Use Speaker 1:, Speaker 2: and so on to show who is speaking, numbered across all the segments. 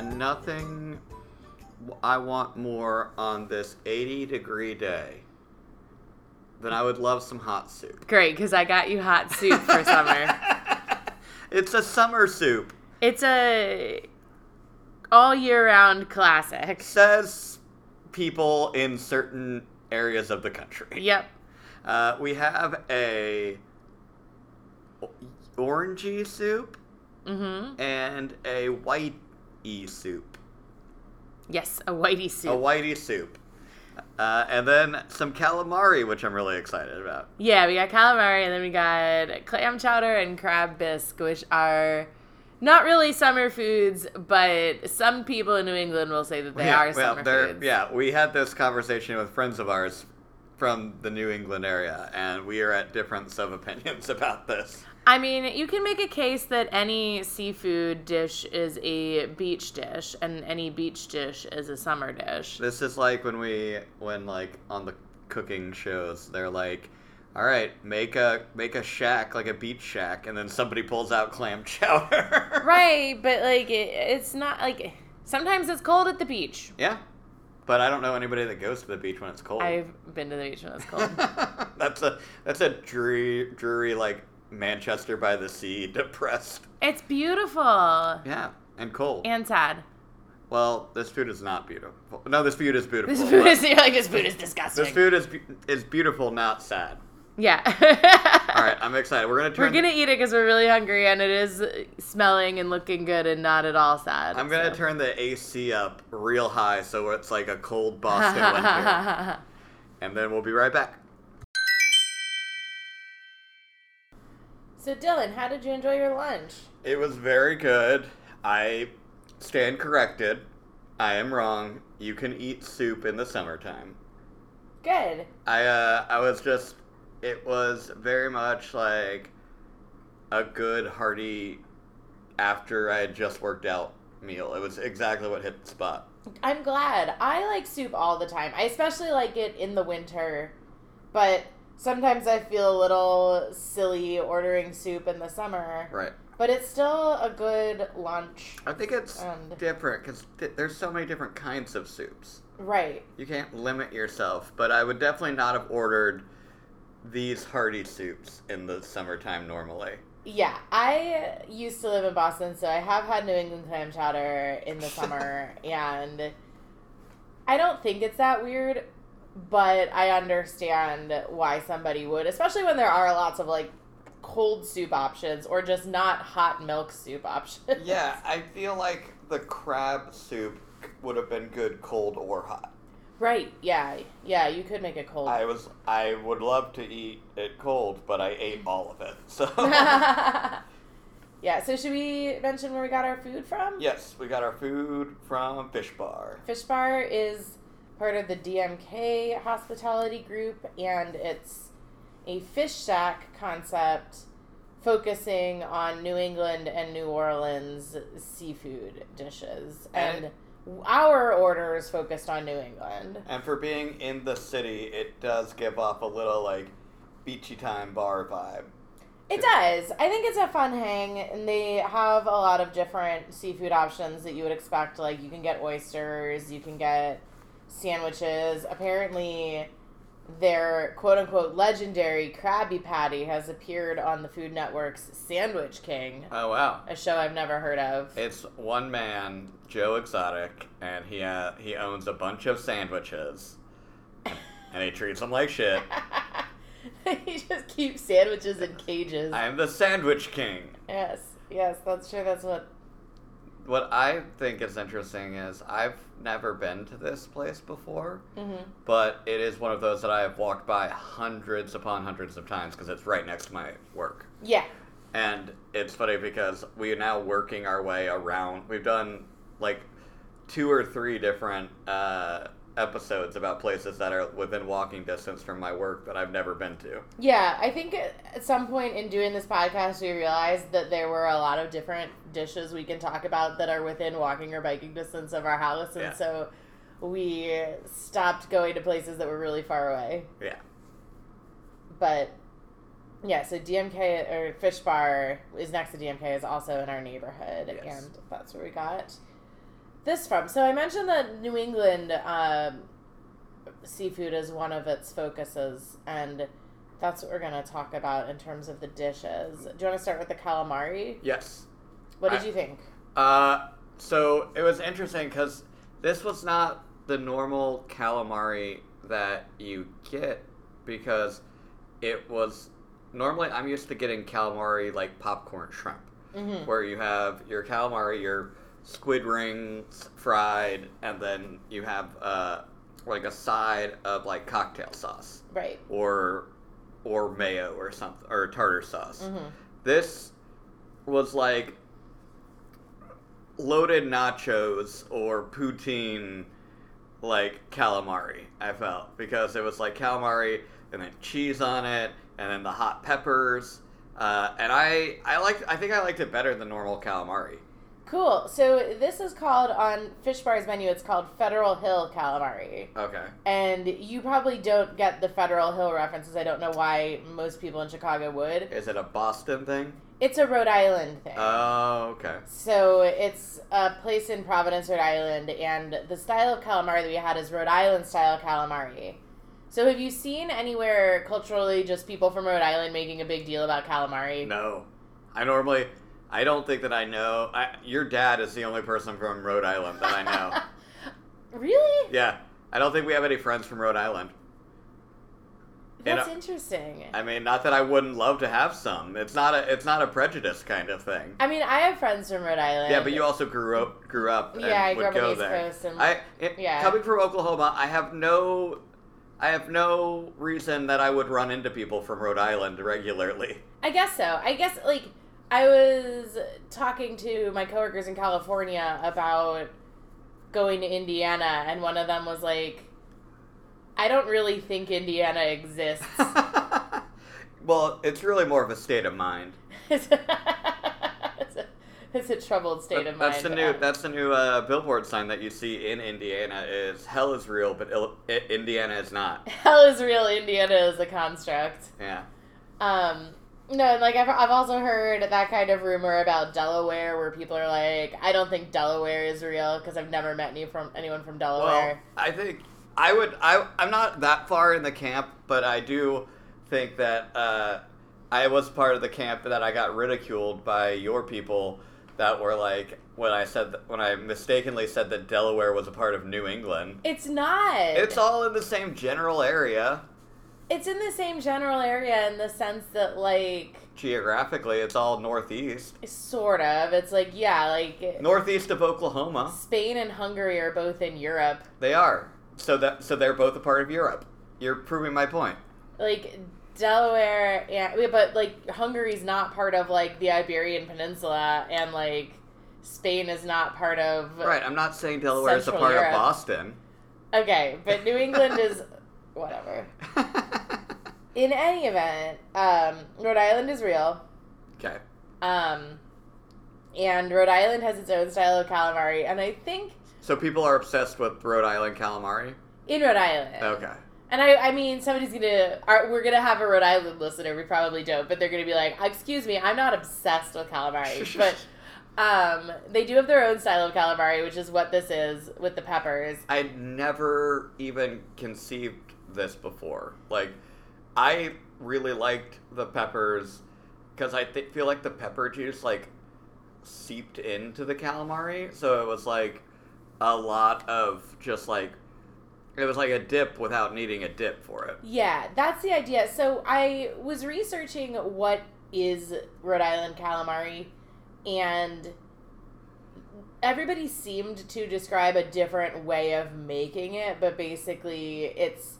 Speaker 1: nothing I want more on this 80 degree day than I would love some hot soup.
Speaker 2: Great, because I got you hot soup for summer.
Speaker 1: It's a summer soup.
Speaker 2: It's a all year round classic.
Speaker 1: Says people in certain areas of the country.
Speaker 2: Yep.
Speaker 1: Uh, we have a o- orangey soup
Speaker 2: Mm-hmm.
Speaker 1: and a whitey soup.
Speaker 2: Yes, a whitey
Speaker 1: A
Speaker 2: soup.
Speaker 1: whitey soup. Uh, and then some calamari, which I'm really excited about.
Speaker 2: yeah, we got calamari, and then we got clam chowder and crab bisque, which are not really summer foods, but some people in New England will say that they are summer
Speaker 1: they're-
Speaker 2: foods.
Speaker 1: Yeah, we had this conversation with friends of ours from the New England area, and we are at difference of opinions about this.
Speaker 2: I mean, you can make a case that any seafood dish is a beach dish, and any beach dish is a summer dish.
Speaker 1: This is like when we, when like on the cooking shows, they're like, "All right, make a make a shack like a beach shack," and then somebody pulls out clam chowder.
Speaker 2: Right, but like, it, it's not like. Sometimes it's cold at the beach.
Speaker 1: Yeah, but I don't know anybody that goes to the beach when it's cold.
Speaker 2: I've been to the beach when it's cold.
Speaker 1: that's a that's a dreary dreary like Manchester by the sea, depressed.
Speaker 2: it's beautiful
Speaker 1: Yeah, and cold.
Speaker 2: and sad.
Speaker 1: Well, this food is not beautiful. No, this food is beautiful.
Speaker 2: This
Speaker 1: but
Speaker 2: food is you're like this food is disgusting.
Speaker 1: this food is be- is beautiful, not sad.
Speaker 2: Yeah.
Speaker 1: All right, I'm excited. We're gonna turn.
Speaker 2: We're gonna eat it because we're really hungry and it is smelling and looking good and not at all sad.
Speaker 1: I'm gonna
Speaker 2: so.
Speaker 1: turn the AC up real high so it's like a cold Boston winter, and then we'll be right back.
Speaker 2: so Dylan, how did you enjoy your lunch?
Speaker 1: It was very good. I stand corrected. I am wrong. You can eat soup in the summertime.
Speaker 2: Good.
Speaker 1: I uh, I was just it was very much like a good hearty after I had just worked out meal. It was exactly what hit the spot.
Speaker 2: I'm glad. I like soup all the time. I especially like it in the winter, but sometimes I feel a little silly ordering soup in the summer.
Speaker 1: Right.
Speaker 2: But it's still a good lunch.
Speaker 1: I think it's
Speaker 2: And-
Speaker 1: different because th- there's so many different kinds of soups.
Speaker 2: Right.
Speaker 1: You can't limit yourself, but I would definitely not have ordered these hearty soups in the summertime normally.
Speaker 2: Yeah, I used to live in Boston, so I have had New England clam chowder in the summer, and I don't think it's that weird, but I understand why somebody would, especially when there are lots of like cold soup options or just not hot milk soup options.
Speaker 1: Yeah, I feel like the crab soup would have been good cold or hot.
Speaker 2: Right, yeah, yeah, you could make it cold.
Speaker 1: I was I would love to eat it cold, but I ate all of it. So
Speaker 2: yeah, so should we mention where we got our food from?
Speaker 1: yes, we got our food from Fish Bar.
Speaker 2: Fish Bar is part of the DMK hospitality group, and it's a fish shack concept focusing on New England and New Orleans seafood dishes. And our order is focused on New England.
Speaker 1: And for being in the city, it does give off a little like beachy time bar vibe.
Speaker 2: It does. I think it's a fun hang, and they have a lot of different seafood options that you would expect. Like, you can get oysters, you can get sandwiches. Apparently, their quote unquote legendary Krabby Patty has appeared on the Food Network's Sandwich King,
Speaker 1: Oh wow.
Speaker 2: a show I've never heard of.
Speaker 1: It's one man, Joe Exotic, and he uh, he owns a bunch of sandwiches. And he treats them like shit.
Speaker 2: you just keep sandwiches in cages.
Speaker 1: I am the sandwich king.
Speaker 2: yes, yes, that's sure that's what.
Speaker 1: What I think is interesting is I've never been to this place before.
Speaker 2: Mm-hmm.
Speaker 1: but it is one of those that I have walked by hundreds upon hundreds of times because it's right next to my work.
Speaker 2: Yeah.
Speaker 1: And it's funny because we are now working our way around. We've done like two or three different uh, episodes about places that are within walking distance from my work that I've never been to.
Speaker 2: Yeah, I think at at some point in doing this podcast, we realized that there were a lot of different dishes we can talk about that are within walking or biking distance of our house, and
Speaker 1: Yeah.
Speaker 2: so we stopped going to places that were really far away.
Speaker 1: Yeah.
Speaker 2: But yeah, so DMK or Fish Bar is next to DMK is also in our neighborhood,
Speaker 1: Yes.
Speaker 2: and that's where we got this from? So I mentioned that New England um, seafood is one of its focuses, and that's what we're going to talk about in terms of the dishes. Do you want to start with the calamari?
Speaker 1: Yes.
Speaker 2: What did
Speaker 1: I-
Speaker 2: you think?
Speaker 1: Uh, so it was interesting because this was not the normal calamari that you get because it was normally I'm used to getting calamari like popcorn shrimp,
Speaker 2: Mm-hmm.
Speaker 1: where you have your calamari, your squid rings fried, and then you have uh, like a side of like cocktail sauce
Speaker 2: Right.
Speaker 1: or or mayo or something or tartar sauce
Speaker 2: Mm-hmm.
Speaker 1: this was like loaded nachos or poutine like calamari i felt because it was like calamari and then cheese on it and then the hot peppers uh, and i i liked i think i liked it better than normal calamari
Speaker 2: Cool. So this is called on Fish Bar's menu. It's called Federal Hill calamari,
Speaker 1: okay
Speaker 2: and you probably don't get the Federal Hill references. I don't know why most people in Chicago would.
Speaker 1: is it a boston thing
Speaker 2: It's a Rhode Island thing.
Speaker 1: oh okay
Speaker 2: So it's a place in Providence, Rhode Island, and the style of calamari that we had is Rhode Island style calamari. So have you seen anywhere culturally just people from Rhode Island making a big deal about calamari?
Speaker 1: no i normally i don't think that i know I, your dad is the only person from rhode island that i know
Speaker 2: really?
Speaker 1: Yeah, I don't think we have any friends from Rhode Island.
Speaker 2: That's
Speaker 1: I-
Speaker 2: interesting.
Speaker 1: I mean, not that I wouldn't love to have some. It's not a it's not a prejudice kind of thing.
Speaker 2: I mean, I have friends from Rhode Island.
Speaker 1: Yeah, but you also grew up grew up. And
Speaker 2: Yeah, I grew up
Speaker 1: would
Speaker 2: on
Speaker 1: go
Speaker 2: the East
Speaker 1: there.
Speaker 2: Coast and
Speaker 1: I it,
Speaker 2: yeah.
Speaker 1: coming from Oklahoma, I have no. I have no reason that I would run into people from Rhode Island regularly.
Speaker 2: I guess so. I guess like I was talking to my coworkers in California about going to Indiana, and one of them was like, "I don't really think Indiana exists."
Speaker 1: well, it's really more of a state of mind.
Speaker 2: it's, a, it's a troubled state of mind.
Speaker 1: That's the new. That's the new uh, billboard sign that you see in Indiana. Is hell is real, but Ill- I- Indiana is not.
Speaker 2: hell is real. Indiana is a construct.
Speaker 1: Yeah.
Speaker 2: Um, no, and like I've, I've also heard that kind of rumor about Delaware, where people are like, "I don't think Delaware is real because I've never met any from anyone from
Speaker 1: Well,
Speaker 2: Delaware."
Speaker 1: I think I would. I I'm not that far in the camp, but I do think that uh, I was part of the camp that I got ridiculed by your people that were like when I said th- when I mistakenly said that Delaware was a part of New England.
Speaker 2: it's not.
Speaker 1: It's all in the same general area.
Speaker 2: it's in the same general area in the sense that like
Speaker 1: Geographically, it's all northeast.
Speaker 2: sort of it's like yeah like
Speaker 1: Northeast of Oklahoma.
Speaker 2: Spain and Hungary are both in Europe.
Speaker 1: They are. So that so they're both a part of Europe. You're proving my point.
Speaker 2: Like Delaware and but like Hungary's not part of like the Iberian Peninsula and like Spain is not part of
Speaker 1: Right, I'm not saying Delaware is a
Speaker 2: Central
Speaker 1: part
Speaker 2: Europe.
Speaker 1: of Boston.
Speaker 2: Okay, but New England is whatever. In any event, um, Rhode Island is real.
Speaker 1: okay.
Speaker 2: Um, and Rhode Island has its own style of calamari, and I think
Speaker 1: So people are obsessed with Rhode Island calamari.
Speaker 2: in Rhode Island.
Speaker 1: Okay.
Speaker 2: And I, I mean, somebody's gonna. Are, we're gonna have a Rhode Island listener. We probably don't, but they're gonna be like, "Excuse me, I'm not obsessed with calamari." but um, they do have their own style of calamari, which is what this is with the peppers.
Speaker 1: I never even conceived this before. Like, I really liked the peppers because I th- feel like the pepper juice like seeped into the calamari, so it was like a lot of just like it was like a dip without needing a dip for it.
Speaker 2: Yeah, that's the idea. So I was researching what is Rhode Island calamari, and everybody seemed to describe a different way of making it, but basically it's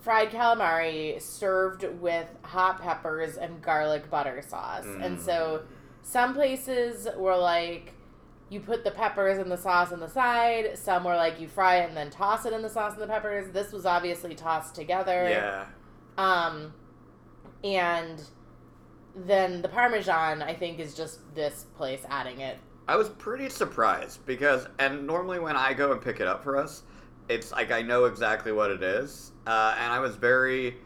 Speaker 2: fried calamari served with hot peppers and garlic butter sauce. And
Speaker 1: Mm.
Speaker 2: so some places were like, you put the peppers and the sauce on the side. Some were like you fry it and then toss it in the sauce and the peppers. This was obviously tossed together.
Speaker 1: Yeah.
Speaker 2: Um, and then the parmesan, I think, is just this place adding it.
Speaker 1: I was pretty surprised because, and normally when I go and pick it up for us, it's like I know exactly what it is. Uh, and I was very,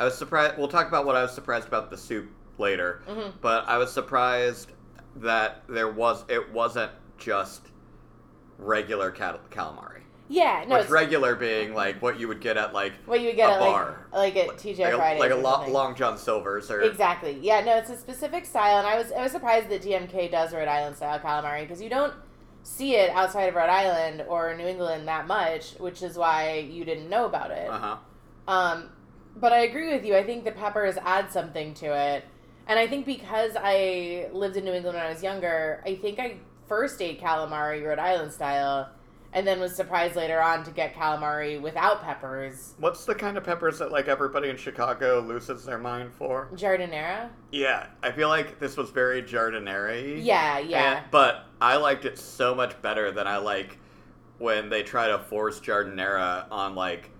Speaker 1: I was surprised. We'll talk about what I was surprised about the soup later,
Speaker 2: hmm
Speaker 1: but I was surprised that there was it wasn't just regular cal- calamari.
Speaker 2: Yeah, no,
Speaker 1: Which
Speaker 2: it's
Speaker 1: regular being like what you would get at like
Speaker 2: what you would get
Speaker 1: a
Speaker 2: at
Speaker 1: bar.
Speaker 2: like like at
Speaker 1: like
Speaker 2: TJ
Speaker 1: a,
Speaker 2: Fridays.
Speaker 1: like a
Speaker 2: or
Speaker 1: lo-
Speaker 2: something.
Speaker 1: Long John Silver's or
Speaker 2: Exactly. Yeah. No, it's a specific style, and I was I was surprised that DMK does Rhode Island style calamari because you don't see it outside of Rhode Island or New England that much, which is why you didn't know about it.
Speaker 1: uh huh.
Speaker 2: Um, but I agree with you. I think the peppers add something to it. And I think because I lived in New England when I was younger, I think I first ate calamari Rhode Island style and then was surprised later on to get calamari without peppers.
Speaker 1: What's the kind of peppers that like everybody in Chicago loses their mind for?
Speaker 2: Jardinera?
Speaker 1: Yeah, I feel like this was very jardinere.
Speaker 2: Yeah, yeah.
Speaker 1: And- but I liked it so much better than I like when they try to force jardinera on like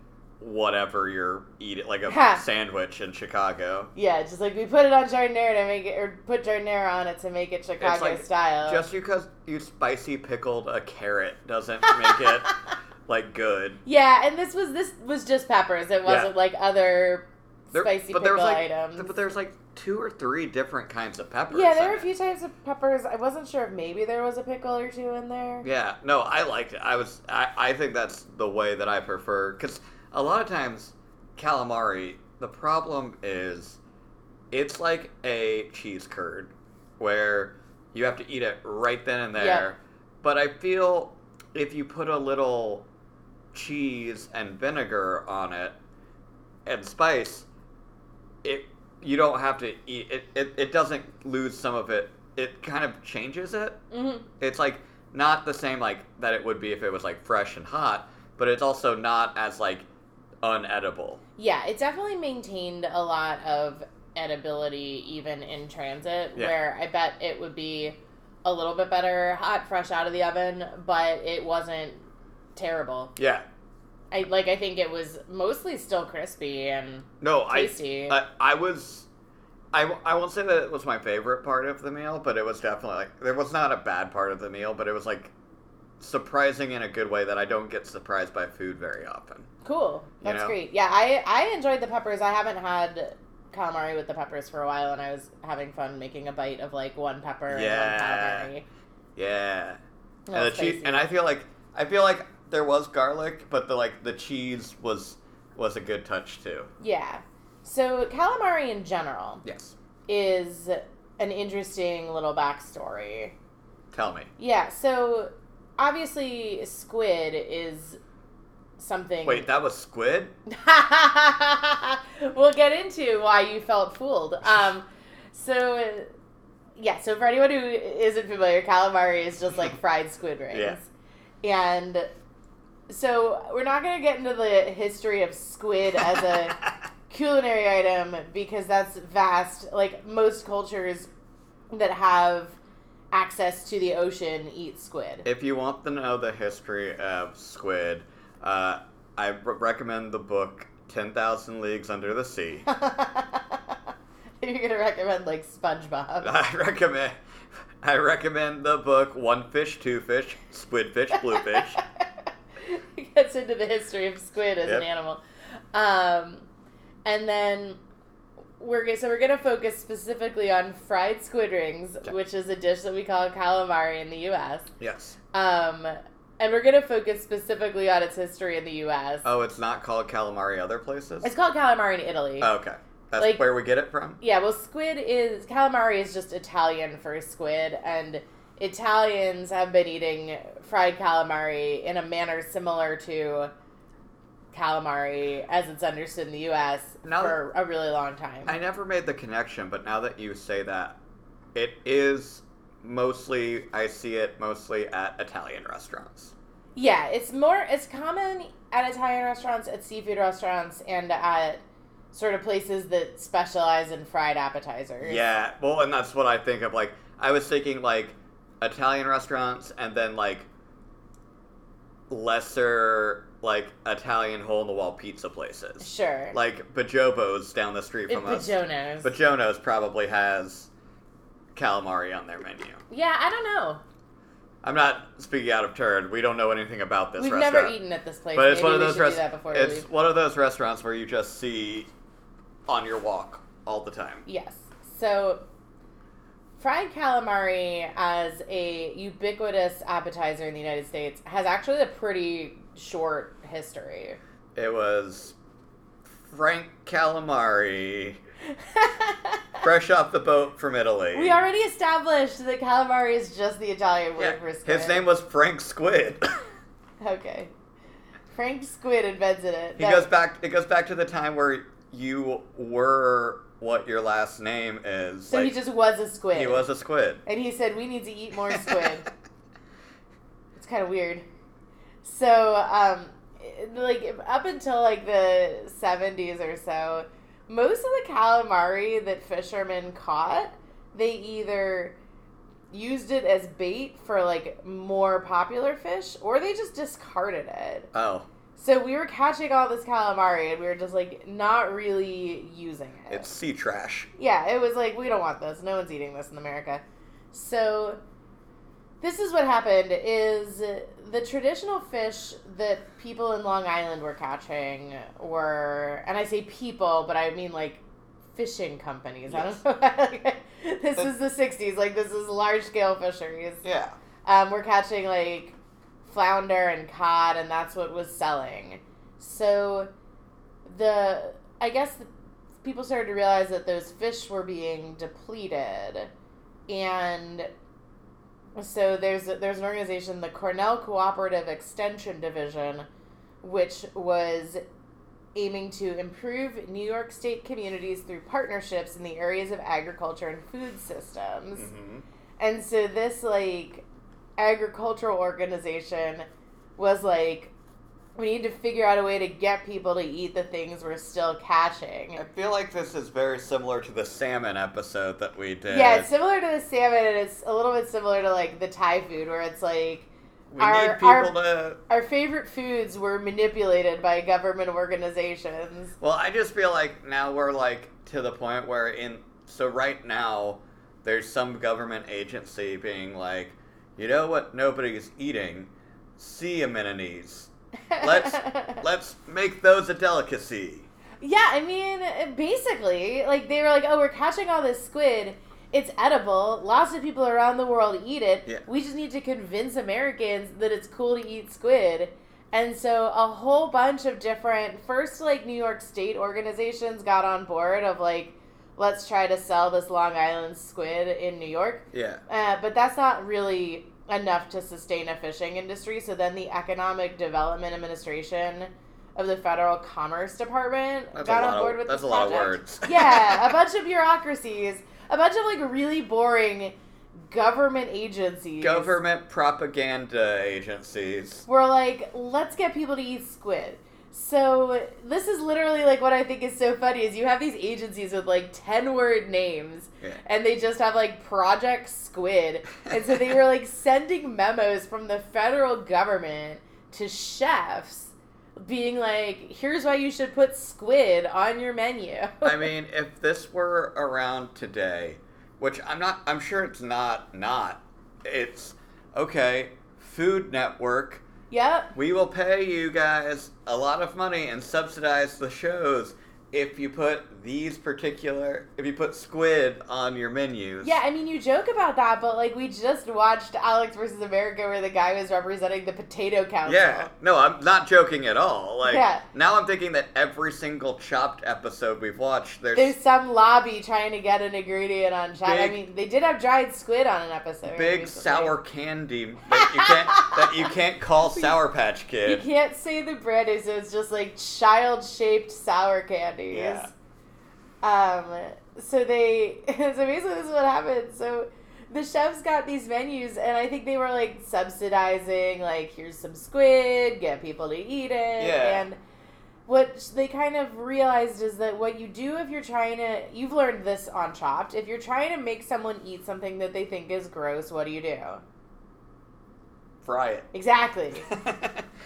Speaker 1: whatever you're eating, like a
Speaker 2: Ha.
Speaker 1: sandwich in Chicago.
Speaker 2: Yeah, just like we put it on jardinera to make it, or put jardinera on it to make it Chicago
Speaker 1: like
Speaker 2: style.
Speaker 1: Just because you spicy pickled a carrot doesn't make it like good.
Speaker 2: yeah, and this was this was just peppers. It wasn't like other
Speaker 1: There-
Speaker 2: spicy
Speaker 1: but
Speaker 2: pickle
Speaker 1: there was like,
Speaker 2: items.
Speaker 1: But there's like two or three different kinds of peppers.
Speaker 2: Yeah, there
Speaker 1: in
Speaker 2: were a
Speaker 1: it.
Speaker 2: few types of peppers. I wasn't sure if maybe there was a pickle or two in there.
Speaker 1: Yeah, no, I liked it. I was, I, I think that's the way that I prefer because a lot of times calamari, the problem is, it's like a cheese curd where you have to eat it right then and there. But I feel if you put a little cheese and vinegar on it and spice, it you don't have to eat it. It, it doesn't lose some of it. It kind of changes it
Speaker 2: hmm
Speaker 1: it's like not the same like that it would be if it was like fresh and hot, but it's also not as like unedible.
Speaker 2: Yeah, it definitely maintained a lot of edibility even in transit,
Speaker 1: Yeah.
Speaker 2: where I bet it would be a little bit better hot, fresh out of the oven, but it wasn't terrible.
Speaker 1: Yeah.
Speaker 2: I like. I think it was mostly still crispy and
Speaker 1: No, I
Speaker 2: tasty.
Speaker 1: I, I was I, w- I won't say that it was my favorite part of the meal, but it was definitely like there was not a bad part of the meal, but it was like surprising in a good way that I don't get surprised by food very often.
Speaker 2: Cool.
Speaker 1: You
Speaker 2: That's
Speaker 1: know?
Speaker 2: great. Yeah, I I enjoyed the peppers. I haven't had calamari with the peppers for a while, and I was having fun making a bite of like one pepper
Speaker 1: Yeah.
Speaker 2: and one calamari.
Speaker 1: Yeah.
Speaker 2: A
Speaker 1: and
Speaker 2: little
Speaker 1: the cheese,
Speaker 2: spicy.
Speaker 1: and I feel like I feel like there was garlic, but the like the cheese was was a good touch too.
Speaker 2: yeah. So calamari in general
Speaker 1: Yes.
Speaker 2: is an interesting little backstory.
Speaker 1: Tell me.
Speaker 2: Yeah. So obviously, squid is something.
Speaker 1: Wait, that was squid?
Speaker 2: we'll get into why you felt fooled. Um, so, uh, yeah, so for anyone who isn't familiar, calamari is just like fried squid rings.
Speaker 1: Yeah.
Speaker 2: And so we're not going to get into the history of squid as a culinary item because that's vast. Like most cultures that have access to the ocean eat squid.
Speaker 1: if you want to know the history of squid, uh, I re- recommend the book 10,000 Leagues Under the Sea.
Speaker 2: You're going to recommend like SpongeBob.
Speaker 1: I recommend I recommend the book One Fish, Two Fish, Squid Fish, Blue Fish.
Speaker 2: It gets into the history of squid as
Speaker 1: Yep.
Speaker 2: an animal. Um, and then we're gonna, so we're gonna focus specifically on fried squid rings,
Speaker 1: Okay.
Speaker 2: which is a dish that we call calamari in the U.S.
Speaker 1: Yes.
Speaker 2: Um, and we're gonna focus specifically on its history in the U.S.
Speaker 1: Oh, it's not called calamari other places?
Speaker 2: It's called calamari in Italy.
Speaker 1: Oh, okay. That's
Speaker 2: Like-
Speaker 1: where we get it from?
Speaker 2: Yeah, well, squid is calamari is just Italian for squid, and Italians have been eating fried calamari in a manner similar to calamari as it's understood in the U.S.
Speaker 1: Now
Speaker 2: for a really long time.
Speaker 1: I never made the connection, but now that you say that, it is mostly, I see it mostly at Italian restaurants.
Speaker 2: yeah, it's more it's common at Italian restaurants, at seafood restaurants, and at sort of places that specialize in fried appetizers.
Speaker 1: Yeah, well, and that's what I think of. Like, I was thinking like Italian restaurants, and then like lesser like Italian hole in the wall pizza places,
Speaker 2: sure.
Speaker 1: like Bajobo's down the street
Speaker 2: it,
Speaker 1: from us.
Speaker 2: Bajonos.
Speaker 1: Bajono's probably has calamari on their menu.
Speaker 2: yeah, I don't know.
Speaker 1: I'm not speaking out of turn. We don't know anything about this
Speaker 2: We've
Speaker 1: restaurant.
Speaker 2: never eaten at this place.
Speaker 1: but it's
Speaker 2: Maybe
Speaker 1: one of
Speaker 2: we
Speaker 1: those
Speaker 2: should do that
Speaker 1: restaurants.
Speaker 2: before we
Speaker 1: It's
Speaker 2: leave.
Speaker 1: one of those restaurants where you just see on your walk all the time.
Speaker 2: Yes. So fried calamari as a ubiquitous appetizer in the United States has actually a pretty short history.
Speaker 1: It was Frank Calamari, fresh off the boat from Italy.
Speaker 2: we already established that calamari is just the Italian word
Speaker 1: Yeah,
Speaker 2: for squid.
Speaker 1: His name was Frank Squid.
Speaker 2: Okay. Frank Squid invented it.
Speaker 1: he
Speaker 2: That-
Speaker 1: goes back. It goes back to the time where you were what your last name is.
Speaker 2: so he
Speaker 1: Like,
Speaker 2: just was a squid.
Speaker 1: he was a squid.
Speaker 2: And he said, we need to eat more squid. it's kind of weird. So, um, it- like up until like the seventies or so, most of the calamari that fishermen caught, they either used it as bait for like more popular fish, or they just discarded it.
Speaker 1: oh,
Speaker 2: So we were catching all this calamari, and we were just like not really using it.
Speaker 1: it's sea trash.
Speaker 2: Yeah, it was like we don't want this. No one's eating this in America. So this is what happened is the traditional fish that people in Long Island were catching were and I say people, but I mean like fishing companies. I don't know. this is the 60s, like this is large scale fisheries.
Speaker 1: Yeah.
Speaker 2: Um, we're catching like flounder and cod, and that's what was selling. So the I guess the, people started to realize that those fish were being depleted, and so there's there's an organization, the Cornell Cooperative Extension Division, which was aiming to improve New York State communities through partnerships in the areas of agriculture and food systems.
Speaker 1: hmm
Speaker 2: And so this like agricultural organization was like we need to figure out a way to get people to eat the things we're still catching.
Speaker 1: I feel like this is very similar to the salmon episode that we did.
Speaker 2: Yeah, it's similar to the salmon and it's a little bit similar to like the Thai food where it's like
Speaker 1: we need
Speaker 2: our-
Speaker 1: people
Speaker 2: our-
Speaker 1: to.
Speaker 2: our favorite foods were manipulated by government organizations.
Speaker 1: Well, I just feel like now we're like to the point where in so right now there's some government agency being like, you know what nobody's eating? Sea amenities. Let's let's make those a delicacy.
Speaker 2: Yeah, I mean, basically, like they were like, "Oh, we're catching all this squid. It's edible. Lots of people around the world eat it.
Speaker 1: Yeah.
Speaker 2: We just need to convince Americans that it's cool to eat squid." And so a whole bunch of different first like New York state organizations got on board of like, "Let's try to sell this Long Island squid in New York."
Speaker 1: Yeah.
Speaker 2: Uh, but that's not really enough to sustain a fishing industry. So then the Economic Development Administration of the Federal Commerce Department
Speaker 1: That's
Speaker 2: got
Speaker 1: a lot
Speaker 2: on board
Speaker 1: of,
Speaker 2: with
Speaker 1: that's
Speaker 2: this
Speaker 1: a lot
Speaker 2: project.
Speaker 1: of words.
Speaker 2: yeah, a bunch of bureaucracies, a bunch of like really boring government agencies.
Speaker 1: Government propaganda agencies.
Speaker 2: We're like, let's get people to eat squid. So this is literally like what I think is so funny is you have these agencies with like 10 word names
Speaker 1: Yeah.
Speaker 2: and they just have like Project Squid. And so they were like sending memos from the federal government to chefs being like, here's why you should put squid on your menu.
Speaker 1: I mean, if this were around today, which I'm not, I'm sure it's not, not, it's okay, Food Network,
Speaker 2: yep.
Speaker 1: we will pay you guys a lot of money and subsidize the shows if you put these particular, if you put squid on your menus.
Speaker 2: Yeah, I mean, you joke about that, but like we just watched Alex versus America where the guy was representing the potato council.
Speaker 1: Yeah, no, I'm not joking at all. Like
Speaker 2: Yeah.
Speaker 1: now, I'm thinking that every single Chopped episode we've watched, there's,
Speaker 2: There's some lobby trying to get an ingredient on China. I
Speaker 1: Big-
Speaker 2: mean, they did have dried squid on an episode.
Speaker 1: big
Speaker 2: recently.
Speaker 1: sour candy that you can't that you can't call Sour Patch Kid.
Speaker 2: You can't say the bread is it's just like child shaped sour candies.
Speaker 1: Yeah.
Speaker 2: Um so they so basically this is what happened. So the chefs got these menus and I think they were like subsidizing like here's some squid, get people to eat it.
Speaker 1: Yeah.
Speaker 2: And what they kind of realized is that what you do if you're trying to you've learned this on Chopped, if you're trying to make someone eat something that they think is gross, what do you do?
Speaker 1: Fry it.
Speaker 2: Exactly.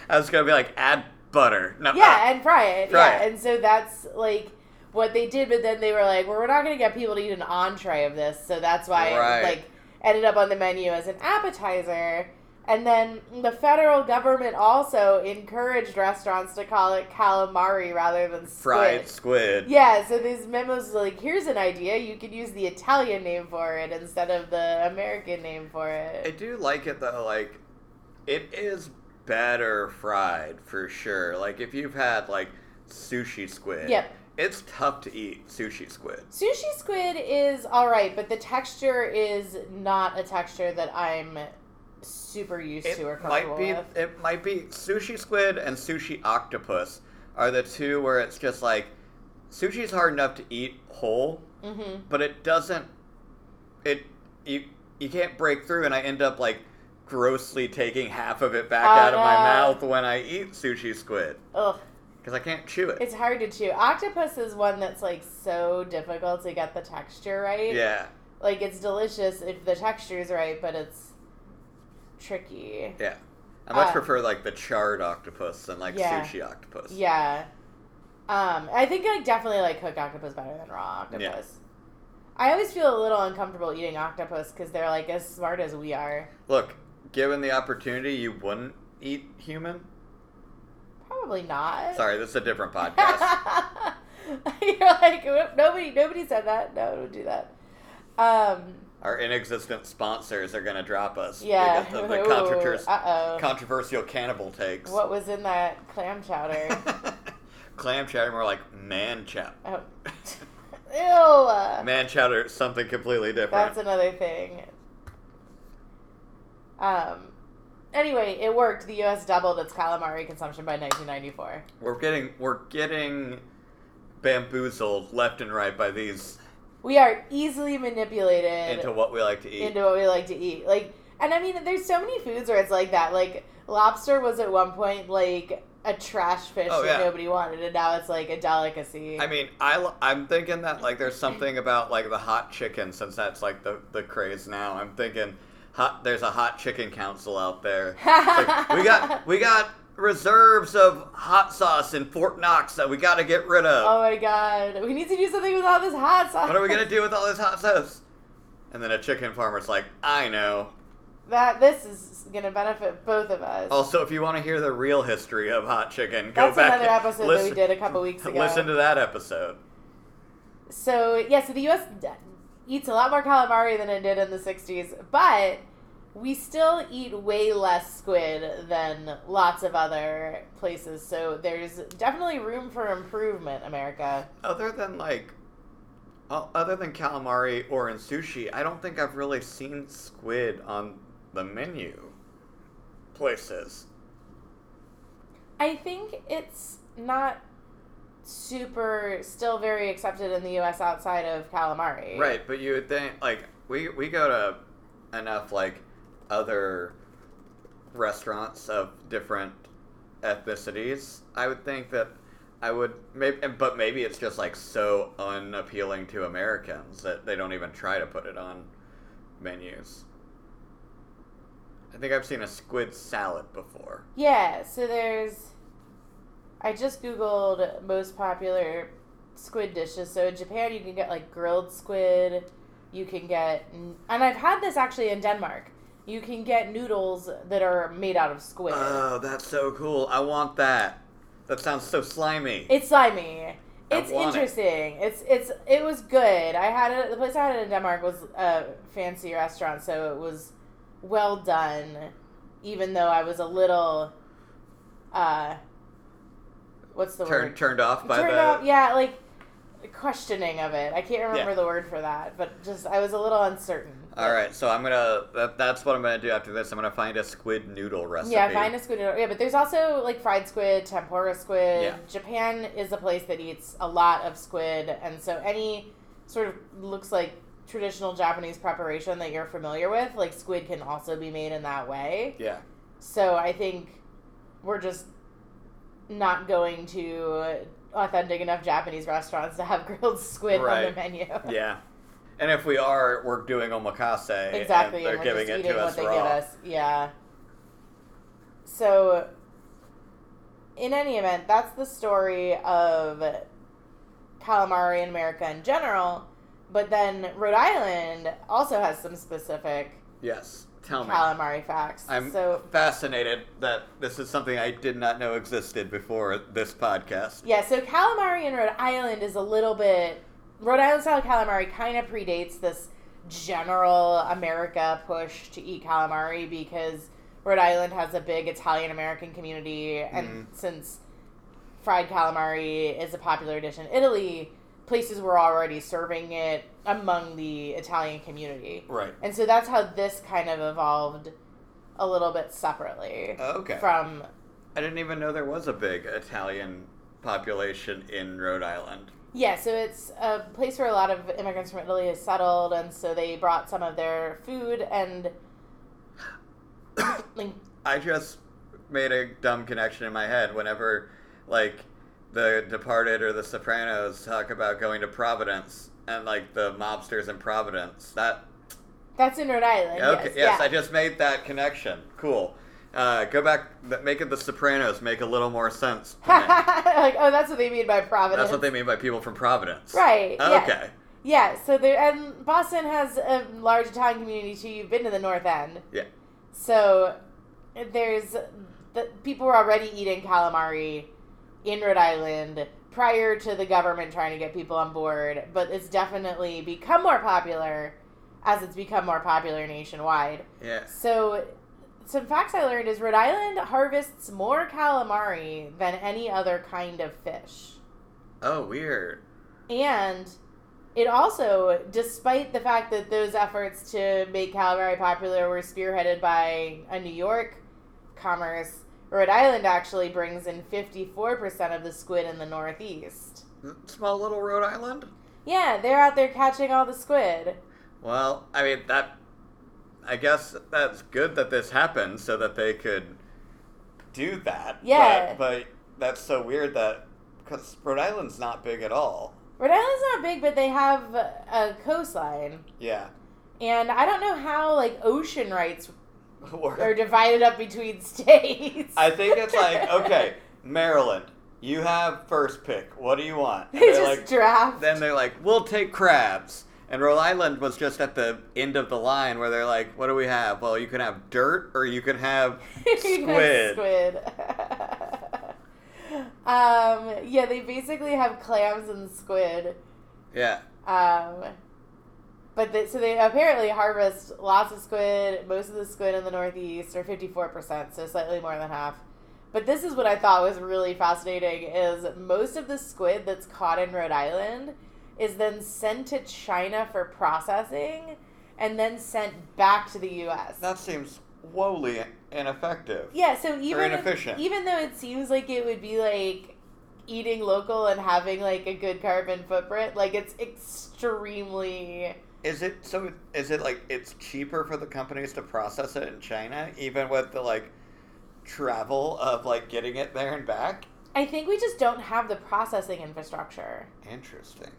Speaker 1: I was gonna be like, add butter. No, uh,
Speaker 2: yeah, and fry it.
Speaker 1: Uh-huh. Fry
Speaker 2: yeah,
Speaker 1: it.
Speaker 2: and so that's like what they did, but then they were like, "Well, we're not going to get people to eat an entree of this," so that's why
Speaker 1: Right.
Speaker 2: it like ended up on the menu as an appetizer. And then the federal government also encouraged restaurants to call it calamari rather than squid.
Speaker 1: Fried squid.
Speaker 2: Yeah, so these memos were like, here's an idea. You could use the Italian name for it instead of the American name for
Speaker 1: I
Speaker 2: it.
Speaker 1: do like it though. Like, it is better fried for sure. Like, if you've had like sushi squid,
Speaker 2: Yep.
Speaker 1: it's tough to eat sushi squid.
Speaker 2: Sushi squid is alright, but the texture is not a texture that I'm super used
Speaker 1: It
Speaker 2: to or
Speaker 1: might
Speaker 2: comfortable
Speaker 1: be.
Speaker 2: with.
Speaker 1: It might be sushi squid and sushi octopus are the two where it's just like sushi's hard enough to eat whole,
Speaker 2: Mm-hmm.
Speaker 1: but it doesn't. It you you can't break through, and I end up like grossly taking half of it back
Speaker 2: Oh,
Speaker 1: out of my
Speaker 2: no.
Speaker 1: mouth when I eat sushi squid
Speaker 2: Ugh.
Speaker 1: because I can't chew it.
Speaker 2: It's hard to chew. Octopus is one that's like so difficult to get the texture right.
Speaker 1: yeah,
Speaker 2: Like it's delicious if the texture is right, but it's tricky.
Speaker 1: yeah. I much
Speaker 2: Uh,
Speaker 1: prefer like the charred octopus than like
Speaker 2: yeah.
Speaker 1: sushi octopus.
Speaker 2: Yeah. Um, I think I definitely like cooked octopus better than raw octopus.
Speaker 1: Yeah.
Speaker 2: I always feel a little uncomfortable eating octopus because they're like as smart as we are.
Speaker 1: Look, given the opportunity, you wouldn't eat human.
Speaker 2: Probably not.
Speaker 1: Sorry, this is a different podcast.
Speaker 2: You're like "Whoop, nobody. Nobody said that. No, don't do that. Um,
Speaker 1: Our inexistent sponsors are going to drop us.
Speaker 2: yeah.
Speaker 1: Because of the controvers-
Speaker 2: Uh oh.
Speaker 1: controversial cannibal takes.
Speaker 2: What was in that clam chowder?
Speaker 1: Clam chowder, more like man chowder.
Speaker 2: oh. Ew.
Speaker 1: Man chowder, is something completely different.
Speaker 2: That's another thing. Um. Anyway, it worked. The U.S. doubled its calamari consumption by 1994.
Speaker 1: we're getting we're getting bamboozled left and right by these
Speaker 2: We are easily manipulated
Speaker 1: into what we like to eat.
Speaker 2: into what we like to eat. Like, and I mean, there's so many foods where it's like that. Like, lobster was at one point like a trash fish
Speaker 1: Oh,
Speaker 2: that
Speaker 1: yeah.
Speaker 2: nobody wanted, and now it's like a delicacy.
Speaker 1: I mean, I am thinking that like there's something about like the hot chicken since that's like the the craze now. I'm thinking hot there's a hot chicken council out there. It's like, we got we got reserves of hot sauce in Fort Knox that we got to get rid of.
Speaker 2: oh my god, we need to do something with all this hot sauce.
Speaker 1: What are we gonna do with all this hot sauce? And then a chicken farmer's like, I know.
Speaker 2: That this is gonna benefit both of us.
Speaker 1: Also, if you want to hear the real history of hot chicken, go
Speaker 2: That's
Speaker 1: back
Speaker 2: another
Speaker 1: and
Speaker 2: episode that
Speaker 1: listen,
Speaker 2: we did a couple weeks ago.
Speaker 1: listen to that episode.
Speaker 2: So yeah, so the U.S. d- eats a lot more calamari than it did in the '60s, but we still eat way less squid than lots of other places. So there's definitely room for improvement, America.
Speaker 1: Other than like, o- other than calamari or in sushi, I don't think I've really seen squid on the menu places.
Speaker 2: I think it's not super still very accepted in the U.S. outside of calamari.
Speaker 1: Right, but you would think like we we go to enough like other restaurants of different ethnicities. I would think that I would maybe, but maybe it's just like so unappealing to Americans that they don't even try to put it on menus. I think I've seen a squid salad before.
Speaker 2: Yeah, so there's. I just googled most popular squid dishes. So in Japan, you can get like grilled squid. You can get. And I've had this actually in Denmark. You can get noodles that are made out of squid.
Speaker 1: Oh, that's so cool! I want that. That sounds so slimy.
Speaker 2: it's slimy.
Speaker 1: I
Speaker 2: It's
Speaker 1: want it.
Speaker 2: interesting. It's it's it was good. I had it the place I had it in Denmark was a fancy restaurant, so it was well done. Even though I was a little, uh, what's the word?
Speaker 1: turned turned off by
Speaker 2: Turned
Speaker 1: the
Speaker 2: off- yeah, like questioning of it. I can't remember
Speaker 1: Yeah.
Speaker 2: the word for that, but just I was a little uncertain.
Speaker 1: All right, so I'm gonna. That, that's what I'm gonna do after this. I'm gonna find a squid noodle recipe.
Speaker 2: Yeah, find a squid. Yeah, but there's also like fried squid, tempura squid.
Speaker 1: Yeah.
Speaker 2: Japan is a place that eats a lot of squid, and so any sort of looks like traditional Japanese preparation that you're familiar with, like squid can also be made in that way.
Speaker 1: Yeah,
Speaker 2: So I think we're just not going to authentic enough Japanese restaurants to have grilled squid on
Speaker 1: Right.
Speaker 2: the menu.
Speaker 1: yeah. And if we are, we're doing omakase.
Speaker 2: Exactly,
Speaker 1: And they're
Speaker 2: and we're
Speaker 1: giving
Speaker 2: just
Speaker 1: it
Speaker 2: eating
Speaker 1: to
Speaker 2: what
Speaker 1: us
Speaker 2: they
Speaker 1: raw.
Speaker 2: give us. Yeah. So, in any event, that's the story of calamari in America in general. But then Rhode Island also has some specific
Speaker 1: Yes. Tell me.
Speaker 2: calamari facts.
Speaker 1: Oh I'm
Speaker 2: Um, so
Speaker 1: fascinated that this is something I did not know existed before this podcast.
Speaker 2: yeah, so calamari in Rhode Island is a little bit Rhode Island style calamari kind of predates this general America push to eat calamari because Rhode Island has a big Italian American community and
Speaker 1: Mhm.
Speaker 2: since fried calamari is a popular dish in Italy, places were already serving it among the Italian community.
Speaker 1: Right.
Speaker 2: And so that's how this kind of evolved a little bit separately
Speaker 1: Okay.
Speaker 2: from
Speaker 1: I didn't even know there was a big Italian population in Rhode Island.
Speaker 2: yeah, so it's a place where a lot of immigrants from Italy has settled and so they brought some of their food and like
Speaker 1: I just made a dumb connection in my head whenever, like, The Departed or The Sopranos talk about going to Providence and, like, the mobsters in Providence. That.
Speaker 2: that's in Rhode Island.
Speaker 1: Okay, yes,
Speaker 2: Uh, yes, yeah.
Speaker 1: I just made that connection. Cool. Uh, go back, th- make it The Sopranos make a little more sense to me.
Speaker 2: like, oh, that's what they mean by Providence.
Speaker 1: That's what they mean by people from Providence.
Speaker 2: Right. yeah.
Speaker 1: Okay.
Speaker 2: Yeah, so there and Boston has a large Italian community too. You've been to the North End.
Speaker 1: Yeah.
Speaker 2: So there's the people were already eating calamari in Rhode Island prior to the government trying to get people on board, but it's definitely become more popular as it's become more popular nationwide.
Speaker 1: Yeah.
Speaker 2: So some facts I learned is Rhode Island harvests more calamari than any other kind of fish.
Speaker 1: Oh, weird.
Speaker 2: And it also, despite the fact that those efforts to make calamari popular were spearheaded by a New York commerce, Rhode Island actually brings in 54% of the squid in the Northeast.
Speaker 1: Small little Rhode Island?
Speaker 2: Yeah, they're out there catching all the squid.
Speaker 1: Well, I mean, that. I guess that's good that this happened so that they could do that.
Speaker 2: Yeah.
Speaker 1: But, but that's so weird that. Because Rhode Island's not big at all.
Speaker 2: Rhode Island's not big, but they have a coastline.
Speaker 1: Yeah.
Speaker 2: And I don't know how, like, ocean rights
Speaker 1: Or-
Speaker 2: are divided up between states.
Speaker 1: I think it's like, okay, Maryland, you have first pick. What do you want? And
Speaker 2: they just
Speaker 1: they're like,
Speaker 2: draft.
Speaker 1: then they're like, we'll take crabs. And Rhode Island was just at the end of the line where they're like, what do we have? Well, you can have dirt or you can have
Speaker 2: You
Speaker 1: squid.
Speaker 2: guys squid. um, yeah, they basically have clams and squid.
Speaker 1: Yeah.
Speaker 2: Um, but they, so they apparently harvest lots of squid. Most of the squid in the Northeast are fifty four percent, so slightly more than half. But this is what I thought was really fascinating: is most of the squid that's caught in Rhode Island is then sent to China for processing, and then sent back to the U.S.
Speaker 1: That seems woefully ineffective.
Speaker 2: Yeah, so even
Speaker 1: inefficient.
Speaker 2: even though it seems like it would be like eating local and having like a good carbon footprint, like it's extremely
Speaker 1: Is it so? Is it like it's cheaper for the companies to process it in China, even with the like travel of like getting it there and back?
Speaker 2: I think we just don't have the processing infrastructure
Speaker 1: Interesting.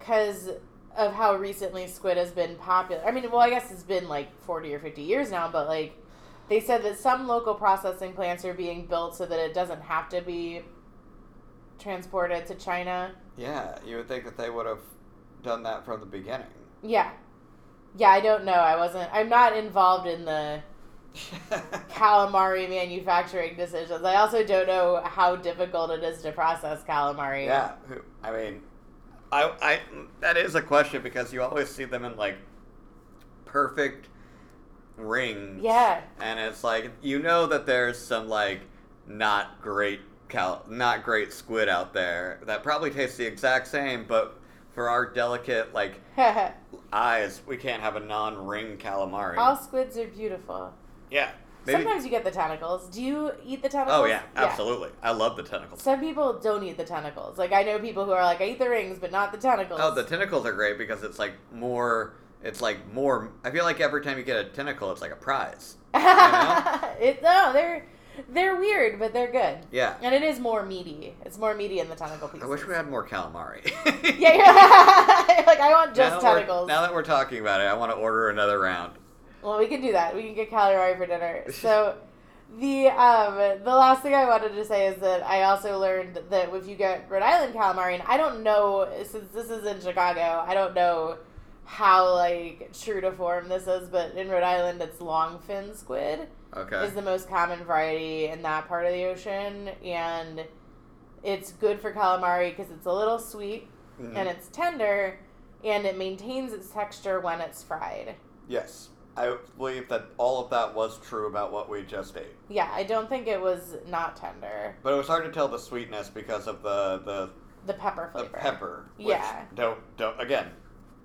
Speaker 2: cuz of how recently squid has been popular. I mean, well, I guess it's been like 40 or 50 years now, but like they said that some local processing plants are being built so that it doesn't have to be transported to China.
Speaker 1: Yeah, you would think that they would have done that from the beginning.
Speaker 2: Yeah. Yeah, I don't know. I wasn't I'm not involved in the calamari manufacturing decisions. I also don't know how difficult it is to process calamari.
Speaker 1: Yeah, who- I mean, I, I that is a question because you always see them in like perfect rings.
Speaker 2: Yeah.
Speaker 1: and it's like you know that there's some like not great cal, not great squid out there that probably tastes the exact same, but for our delicate like eyes, we can't have a non-ring calamari.
Speaker 2: All squids are beautiful.
Speaker 1: yeah, maybe.
Speaker 2: Sometimes you get the tentacles. Do you eat the tentacles?
Speaker 1: oh yeah, absolutely. I love the tentacles.
Speaker 2: Some people don't eat the tentacles. Like I know people who are like, I eat the rings, but not the tentacles.
Speaker 1: Oh, the tentacles are great because it's like more. It's like more. I feel like every time you get a tentacle, it's like a prize. know?
Speaker 2: it, no, they're they're weird, but they're good.
Speaker 1: Yeah.
Speaker 2: And it is more meaty. It's more meaty in the tentacle piece.
Speaker 1: I wish we had more calamari.
Speaker 2: Yeah, yeah. like I want
Speaker 1: now
Speaker 2: just
Speaker 1: that we're-
Speaker 2: tentacles.
Speaker 1: Now that we're talking about it, I want to order another round.
Speaker 2: Well, we can do that. We can get calamari for dinner. So, the um, the last thing I wanted to say is that I also learned that if you get Rhode Island calamari, and I don't know since this is in Chicago, I don't know how like true to form this is, but in Rhode Island, it's longfin squid
Speaker 1: Okay.
Speaker 2: is the most common variety in that part of the ocean, and it's good for calamari because it's a little sweet
Speaker 1: Mhm.
Speaker 2: and it's tender, and it maintains its texture when it's fried.
Speaker 1: Yes. I believe that all of that was true about what we just ate.
Speaker 2: Yeah, I don't think it was not tender.
Speaker 1: But it was hard to tell the sweetness because of the the,
Speaker 2: The pepper
Speaker 1: the
Speaker 2: flavor.
Speaker 1: pepper. Which
Speaker 2: Yeah.
Speaker 1: Don't don't again.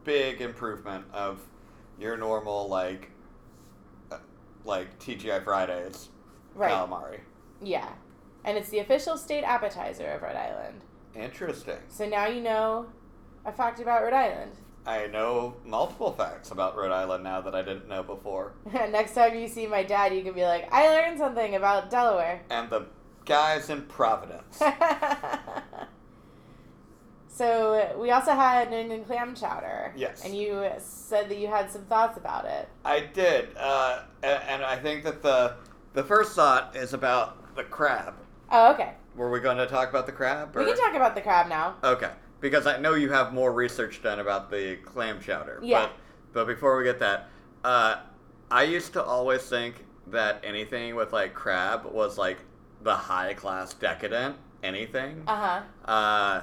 Speaker 1: Big improvement of your normal like uh, like TGI Fridays
Speaker 2: Right.
Speaker 1: calamari.
Speaker 2: Yeah. And it's the official state appetizer of Rhode Island.
Speaker 1: Interesting.
Speaker 2: So now you know a fact about Rhode Island.
Speaker 1: I know multiple facts about Rhode Island now that I didn't know before.
Speaker 2: Next time you see my dad, you can be like, I learned something about Delaware.
Speaker 1: And the guys in Providence.
Speaker 2: so we also had New England clam chowder.
Speaker 1: Yes.
Speaker 2: And you said that you had some thoughts about it.
Speaker 1: I did, uh, a- and I think that the the first thought is about the crab.
Speaker 2: Oh, okay.
Speaker 1: Were we going to talk about the crab?
Speaker 2: We can talk about the crab now.
Speaker 1: Okay, because I know you have more research done about the clam chowder.
Speaker 2: Yeah.
Speaker 1: But, but before we get that, uh, I used to always think that anything with like crab was like the high class decadent anything.
Speaker 2: Uh huh.
Speaker 1: Uh,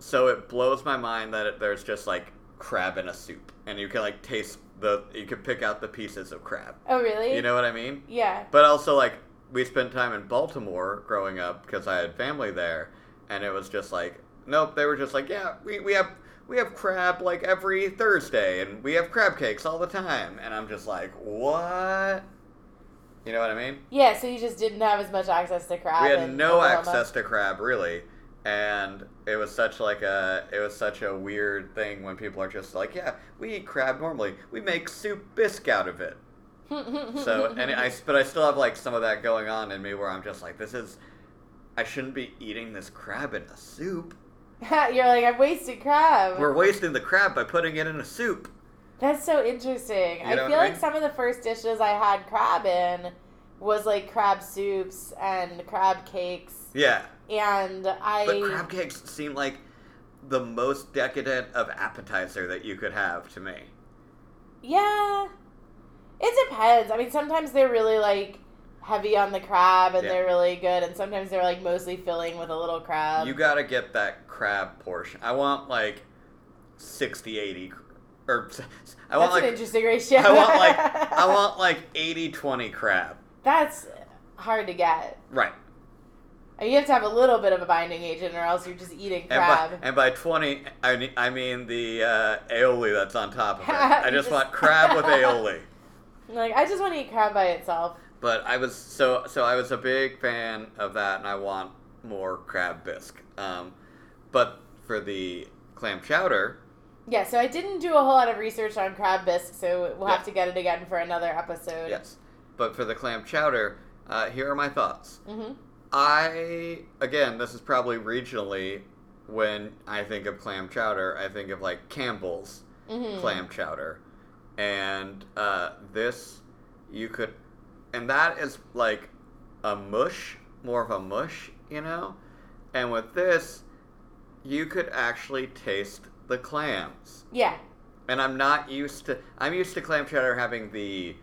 Speaker 1: so it blows my mind that it, there's just like crab in a soup, and you can like taste the you can pick out the pieces of crab.
Speaker 2: Oh, really?
Speaker 1: You know what I mean?
Speaker 2: Yeah.
Speaker 1: But also, like, we spent time in Baltimore growing up because I had family there, and it was just like, nope, they were just like, yeah, we, we have we have crab like every Thursday, and we have crab cakes all the time, and I'm just like, what? You know what I mean?
Speaker 2: Yeah, so you just didn't have as much access to crab.
Speaker 1: we
Speaker 2: in
Speaker 1: had no
Speaker 2: Oklahoma.
Speaker 1: access to crab really, and it was such like a it was such a weird thing when people are just like, yeah, we eat crab normally, we make soup bisque out of it. So and I but I still have like some of that going on in me where I'm just like this is I shouldn't be eating this crab in a soup.
Speaker 2: You're like, I've wasted crab.
Speaker 1: We're wasting the crab by putting it in a soup.
Speaker 2: That's so interesting.
Speaker 1: You
Speaker 2: I
Speaker 1: know
Speaker 2: feel
Speaker 1: what I
Speaker 2: like
Speaker 1: mean?
Speaker 2: some of the first dishes I had crab in was like crab soups and crab cakes.
Speaker 1: Yeah,
Speaker 2: And I.
Speaker 1: but crab cakes seem like the most decadent of appetizer that you could have to me.
Speaker 2: Yeah. It depends. I mean, sometimes they're really like heavy on the crab and
Speaker 1: Yeah.
Speaker 2: they're really good, and sometimes they're like mostly filling with a little crab.
Speaker 1: you got to get that crab portion. I want like 60 80 cr- or s- s- I
Speaker 2: That's an
Speaker 1: want like
Speaker 2: interesting ratio.
Speaker 1: I want like I want like 80 20 crab.
Speaker 2: That's hard to get.
Speaker 1: Right.
Speaker 2: I mean, you have to have a little bit of a binding agent, or else you're just eating
Speaker 1: And
Speaker 2: crab.
Speaker 1: by, and by 20, I, ne- I mean the uh, aioli that's on top of it. I
Speaker 2: You
Speaker 1: just
Speaker 2: just-
Speaker 1: want crab with aioli.
Speaker 2: like, I just want to eat crab by itself.
Speaker 1: But I was so so I was a big fan of that, and I want more crab bisque. Um, but for the clam chowder,
Speaker 2: Yeah, so I didn't do a whole lot of research on crab bisque, so we'll
Speaker 1: Yeah.
Speaker 2: have to get it again for another episode.
Speaker 1: yes. But for the clam chowder, uh, here are my thoughts.
Speaker 2: hmm
Speaker 1: I again, this is probably regionally. When I think of clam chowder, I think of like Campbell's.
Speaker 2: hmm
Speaker 1: clam chowder. And uh, this, you could, and that is like a mush, more of a mush, you know? And with this, you could actually taste the clams.
Speaker 2: Yeah.
Speaker 1: And I'm not used to, I'm used to clam chowder having the,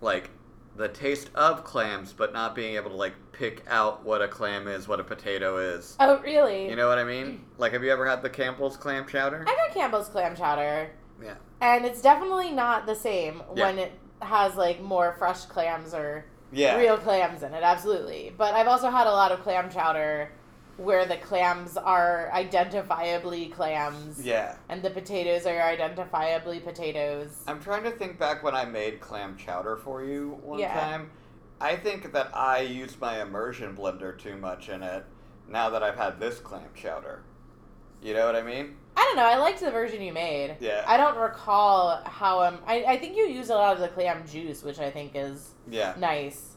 Speaker 1: like, the taste of clams, but not being able to, like, pick out what a clam is, what a potato is.
Speaker 2: Oh, really?
Speaker 1: You know what I mean? Like, have you ever had the Campbell's clam chowder?
Speaker 2: I got Campbell's clam chowder.
Speaker 1: Yeah.
Speaker 2: And it's definitely not the same
Speaker 1: Yeah.
Speaker 2: when it has like more fresh clams or
Speaker 1: Yeah.
Speaker 2: real clams in it, absolutely. But I've also had a lot of clam chowder where the clams are identifiably clams
Speaker 1: Yeah.
Speaker 2: and the potatoes are identifiably potatoes.
Speaker 1: I'm trying to think back when I made clam chowder for you one
Speaker 2: Yeah.
Speaker 1: time. I think that I used my immersion blender too much in it now that I've had this clam chowder. You know what I mean?
Speaker 2: I don't know, I liked the version you made.
Speaker 1: Yeah.
Speaker 2: I don't recall how um, I, I think you used a lot of the clam juice, which I think is
Speaker 1: yeah.
Speaker 2: nice.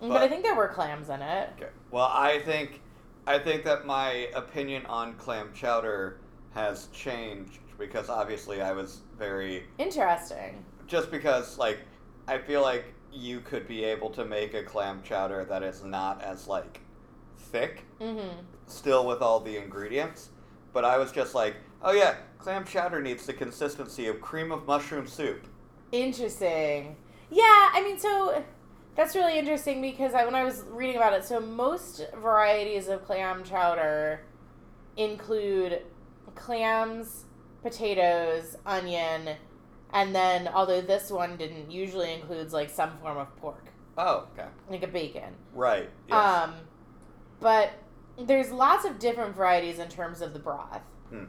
Speaker 2: But,
Speaker 1: But-
Speaker 2: I think there were clams in it.
Speaker 1: Okay. Well, I think I think that my opinion on clam chowder has changed because obviously I was very
Speaker 2: Interesting.
Speaker 1: just because like I feel like you could be able to make a clam chowder that is not as like thick
Speaker 2: Mm hmm.
Speaker 1: still with all the ingredients. But I was just like, Oh yeah, clam chowder needs the consistency of cream of mushroom soup.
Speaker 2: Interesting. Yeah, I mean, so that's really interesting because I, when I was reading about it, so most varieties of clam chowder include clams, potatoes, onion, and then although this one didn't, usually includes like some form of pork,
Speaker 1: Oh, okay.
Speaker 2: like a bacon.
Speaker 1: Right. Yes.
Speaker 2: Um, but there's lots of different varieties in terms of the broth.
Speaker 1: Hmm.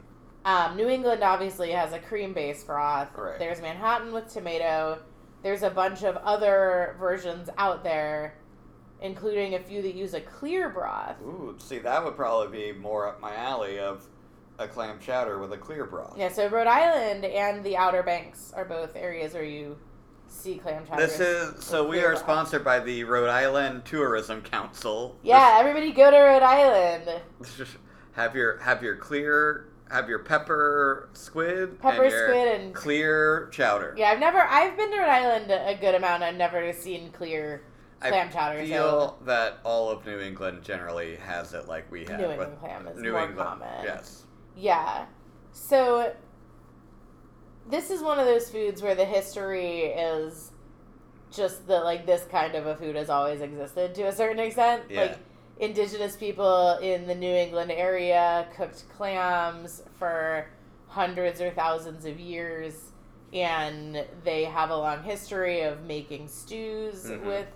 Speaker 2: Um, New England obviously has a cream-based broth.
Speaker 1: Right.
Speaker 2: There's Manhattan with tomato. There's a bunch of other versions out there, including a few that use a clear broth.
Speaker 1: Ooh, see, that would probably be more up my alley of a clam chowder with a clear broth.
Speaker 2: Yeah, so Rhode Island and the Outer Banks are both areas where you see clam chowder.
Speaker 1: This is so we
Speaker 2: clear
Speaker 1: are
Speaker 2: broth.
Speaker 1: sponsored by the Rhode Island Tourism Council.
Speaker 2: Yeah, everybody go to Rhode Island.
Speaker 1: This- have your have your clear have your pepper squid
Speaker 2: Pepper
Speaker 1: and your
Speaker 2: squid and
Speaker 1: clear chowder.
Speaker 2: yeah, I've never I've been to Rhode Island a good amount. I've never seen clear clam chowder.
Speaker 1: I
Speaker 2: so
Speaker 1: feel that all of New England generally has it like we have.
Speaker 2: New
Speaker 1: with
Speaker 2: England clam is
Speaker 1: New
Speaker 2: more
Speaker 1: England.
Speaker 2: common.
Speaker 1: Yes.
Speaker 2: Yeah. So this is one of those foods where the history is just that like this kind of a food has always existed to a certain extent.
Speaker 1: Yeah.
Speaker 2: Like indigenous people in the New England area cooked clams for hundreds or thousands of years and they have a long history of making stews
Speaker 1: Mhm.
Speaker 2: with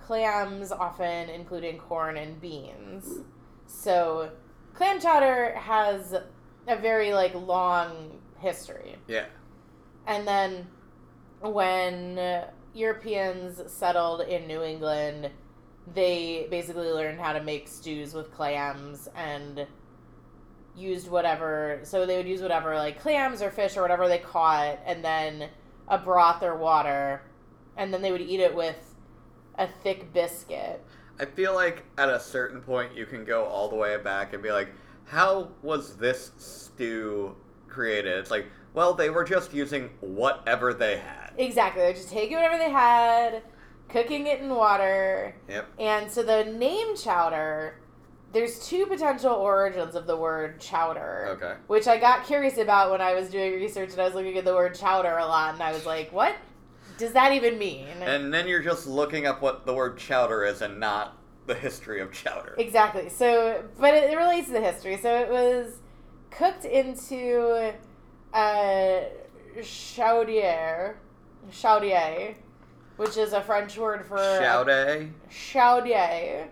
Speaker 2: clams often including corn and beans. So clam chowder has a very like long history
Speaker 1: Yeah.
Speaker 2: and then when europeans settled in new england they basically learned how to make stews with clams and used whatever so they would use whatever like clams or fish or whatever they caught and then a broth or water and then they would eat it with a thick biscuit
Speaker 1: I feel like at a certain point you can go all the way back and be like, how was this stew created? It's like, well, they were just using whatever they had.
Speaker 2: exactly they're just taking whatever they had cooking it in water
Speaker 1: Yep.
Speaker 2: And so the name chowder, there's two potential origins of the word chowder.
Speaker 1: Okay.
Speaker 2: Which I got curious about when I was doing research and I was looking at the word chowder a lot and I was like, what does that even mean?
Speaker 1: And then you're just looking up what the word chowder is and not the history of chowder.
Speaker 2: Exactly. So, but it relates to the history. So it was cooked into a chaudière, chaudière, which is a French word for a
Speaker 1: Chowday?
Speaker 2: chaudier.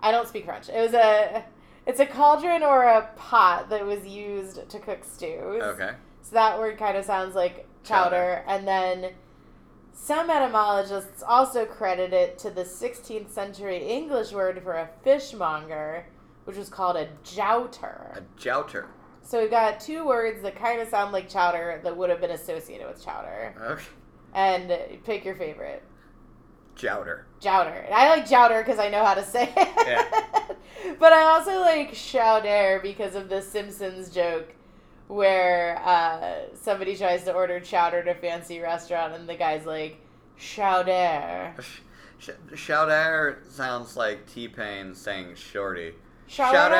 Speaker 2: I don't speak French. It was a it's a cauldron or a pot that was used to cook stews.
Speaker 1: Okay.
Speaker 2: So that word kind of sounds like chowder. And then some etymologists also credit it to the 16th century English word for a fishmonger, which was called a
Speaker 1: A
Speaker 2: jouter.
Speaker 1: chowder.
Speaker 2: So we've got two words that kind of sound like chowder that would have been associated with chowder.
Speaker 1: Okay.
Speaker 2: And pick your favorite.
Speaker 1: Chowder.
Speaker 2: Jowder. And I like Jowder because I know how to say it. but I also like Chowder because of the Simpsons joke where uh, somebody tries to order chowder at a fancy restaurant and the guy's like, Chowder.
Speaker 1: Sh- Chowder sounds like T Pain saying shorty.
Speaker 2: Chowder.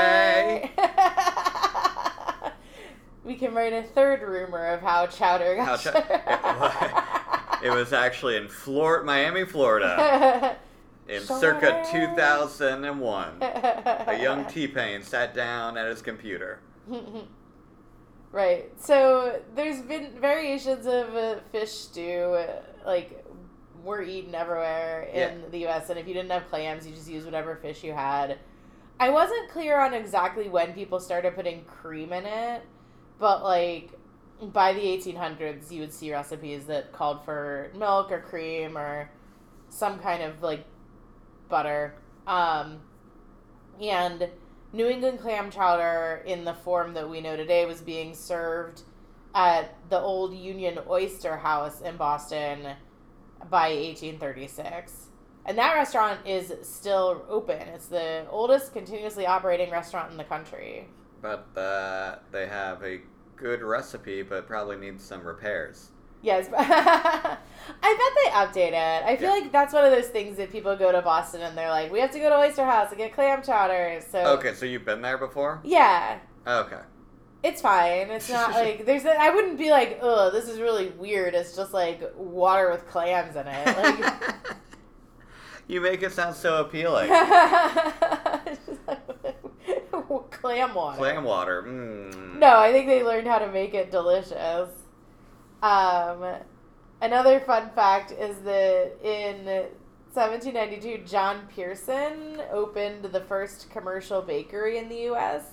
Speaker 2: we can write a third rumor of how Chowder got
Speaker 1: How chow- It was actually in Flor- Miami, Florida in circa
Speaker 2: Chowder.
Speaker 1: 2001. A young
Speaker 2: team.
Speaker 1: T Pain sat down at his computer.
Speaker 2: right. So there's been variations of uh, fish stew, uh, like were eaten everywhere in the U.S. And if you didn't have clams, you just used whatever fish you had. I wasn't clear on exactly when people started putting cream in it, but like by the 1800s, you would see recipes that called for milk or cream or some kind of like butter. Um, and New England clam chowder in the form that we know today was being served at the old Union Oyster House in Boston by 1836. And that restaurant is still open. It's the oldest continuously operating restaurant in the country.
Speaker 1: But uh, they have a good recipe, but probably needs some repairs.
Speaker 2: Yes. I bet they update it. I feel
Speaker 1: Yeah.
Speaker 2: like that's one of those things that people go to Boston and they're like, we have to go to Oyster House and get clam chowder. So,
Speaker 1: Okay, so you've been there before?
Speaker 2: yeah.
Speaker 1: Okay.
Speaker 2: It's fine. It's not like there's. A, I wouldn't be like, oh, this is really weird. It's just like water with clams in it. Like,
Speaker 1: you make it sound so appealing.
Speaker 2: clam water.
Speaker 1: Clam water. Mm.
Speaker 2: No, I think they learned how to make it delicious. Um, another fun fact is that in 1792, John Pearson opened the first commercial bakery in the U.S.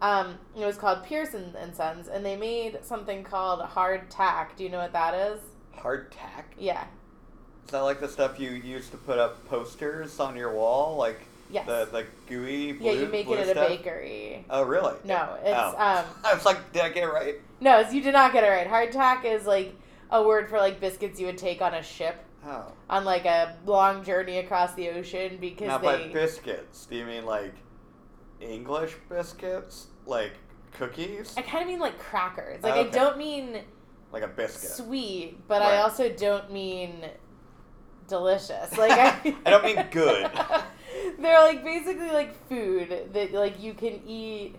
Speaker 2: Um, it was called Pearson and Sons, and they made something called hard tack. Do you know what that is?
Speaker 1: Hard tack.
Speaker 2: Yeah.
Speaker 1: Is that like the stuff you used to put up posters on your wall, like
Speaker 2: Yes.
Speaker 1: the like gooey blue?
Speaker 2: yeah, you make
Speaker 1: blue
Speaker 2: it at
Speaker 1: stuff?
Speaker 2: a bakery.
Speaker 1: Oh, really?
Speaker 2: No, it's
Speaker 1: Oh.
Speaker 2: um
Speaker 1: I was like, did I get it right?
Speaker 2: no, it's- you did not get it right. Hardtack is like a word for like biscuits you would take on a ship
Speaker 1: Oh,
Speaker 2: on like a long journey across the ocean because
Speaker 1: now by
Speaker 2: they
Speaker 1: biscuits, do you mean like English biscuits, like cookies,
Speaker 2: I kind of mean like crackers. Like I
Speaker 1: Ah, Okay.
Speaker 2: don't mean
Speaker 1: like a biscuit?
Speaker 2: sweet, but I
Speaker 1: Right.
Speaker 2: also don't mean delicious. Like I,
Speaker 1: I don't mean good.
Speaker 2: They're like basically like food that like you can eat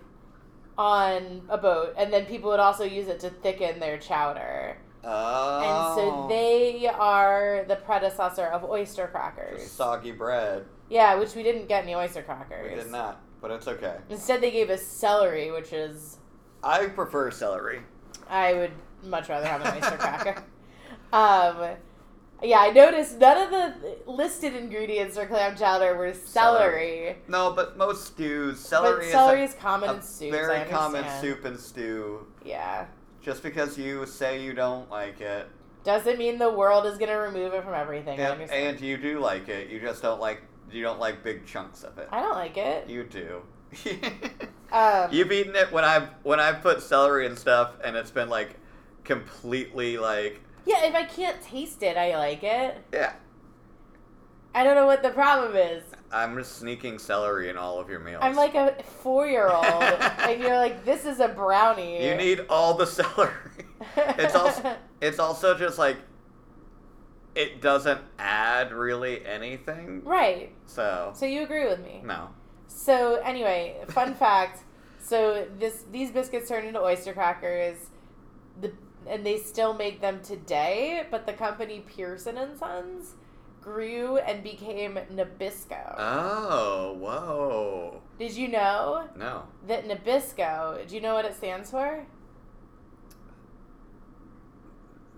Speaker 2: on a boat, and then people would also use it to thicken their chowder.
Speaker 1: Oh.
Speaker 2: And so they are the predecessor of oyster crackers.
Speaker 1: Just soggy bread.
Speaker 2: yeah, which we didn't get any oyster
Speaker 1: We
Speaker 2: crackers.
Speaker 1: did not, but it's okay.
Speaker 2: Instead, they gave us celery, which is
Speaker 1: I prefer celery.
Speaker 2: I would much rather have an oyster cracker. Um, yeah, I noticed none of the listed ingredients for clam chowder were celery.
Speaker 1: No, but most stews, celery,
Speaker 2: but celery
Speaker 1: is
Speaker 2: is, common
Speaker 1: a,
Speaker 2: in
Speaker 1: a
Speaker 2: soups. I
Speaker 1: very common
Speaker 2: understand.
Speaker 1: soup and stew.
Speaker 2: Yeah.
Speaker 1: Just because you say you don't like it,
Speaker 2: Doesn't mean the world is going to remove it from everything. I
Speaker 1: and,
Speaker 2: understand.
Speaker 1: and you do like it, you just don't like you don't like big chunks of it.
Speaker 2: I don't like it.
Speaker 1: You do.
Speaker 2: Um,
Speaker 1: You've eaten it when I've when I've put celery and stuff, and it's been like completely like
Speaker 2: yeah, if I can't taste it, I like it.
Speaker 1: yeah.
Speaker 2: I don't know what the problem is.
Speaker 1: I'm just sneaking celery in all of your meals.
Speaker 2: I'm like a four year old, and you're like, this is a brownie.
Speaker 1: you need all the celery. it's also it's also just like it doesn't add really anything.
Speaker 2: right.
Speaker 1: So
Speaker 2: So you agree with me?
Speaker 1: no.
Speaker 2: So anyway, fun fact. So this these biscuits turned into oyster crackers, the and they still make them today. But the company Pearson and Sons grew and became Nabisco.
Speaker 1: Oh whoa
Speaker 2: Did you know
Speaker 1: no.
Speaker 2: that Nabisco? Do you know what it stands for?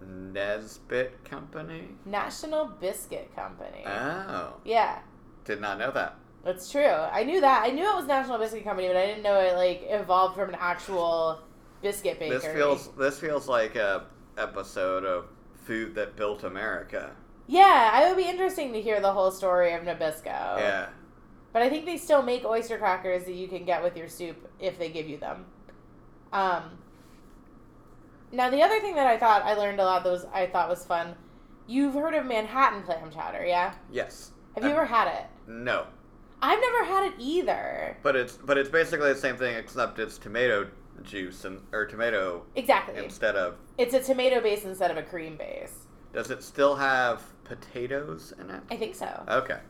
Speaker 1: Nesbit Company.
Speaker 2: National Biscuit Company.
Speaker 1: Oh,
Speaker 2: yeah,
Speaker 1: did not know that.
Speaker 2: that's true. I knew that. I knew it was National Biscuit Company, but I didn't know it like evolved from an actual biscuit bakery.
Speaker 1: This feels this feels like a episode of Food That Built America.
Speaker 2: Yeah, it would be interesting to hear the whole story of Nabisco.
Speaker 1: Yeah.
Speaker 2: But I think they still make oyster crackers that you can get with your soup if they give you them. Um, now, the other thing that I thought I learned a lot that was, I thought was fun you've heard of Manhattan clam chowder, yeah?
Speaker 1: Yes.
Speaker 2: Have you
Speaker 1: Uh,
Speaker 2: ever had it?
Speaker 1: No.
Speaker 2: I've never had it either.
Speaker 1: But it's but it's basically the same thing except it's tomato juice and or tomato
Speaker 2: Exactly.
Speaker 1: instead of.
Speaker 2: It's a tomato base instead of a cream base.
Speaker 1: Does it still have potatoes in it?
Speaker 2: I think so.
Speaker 1: Okay.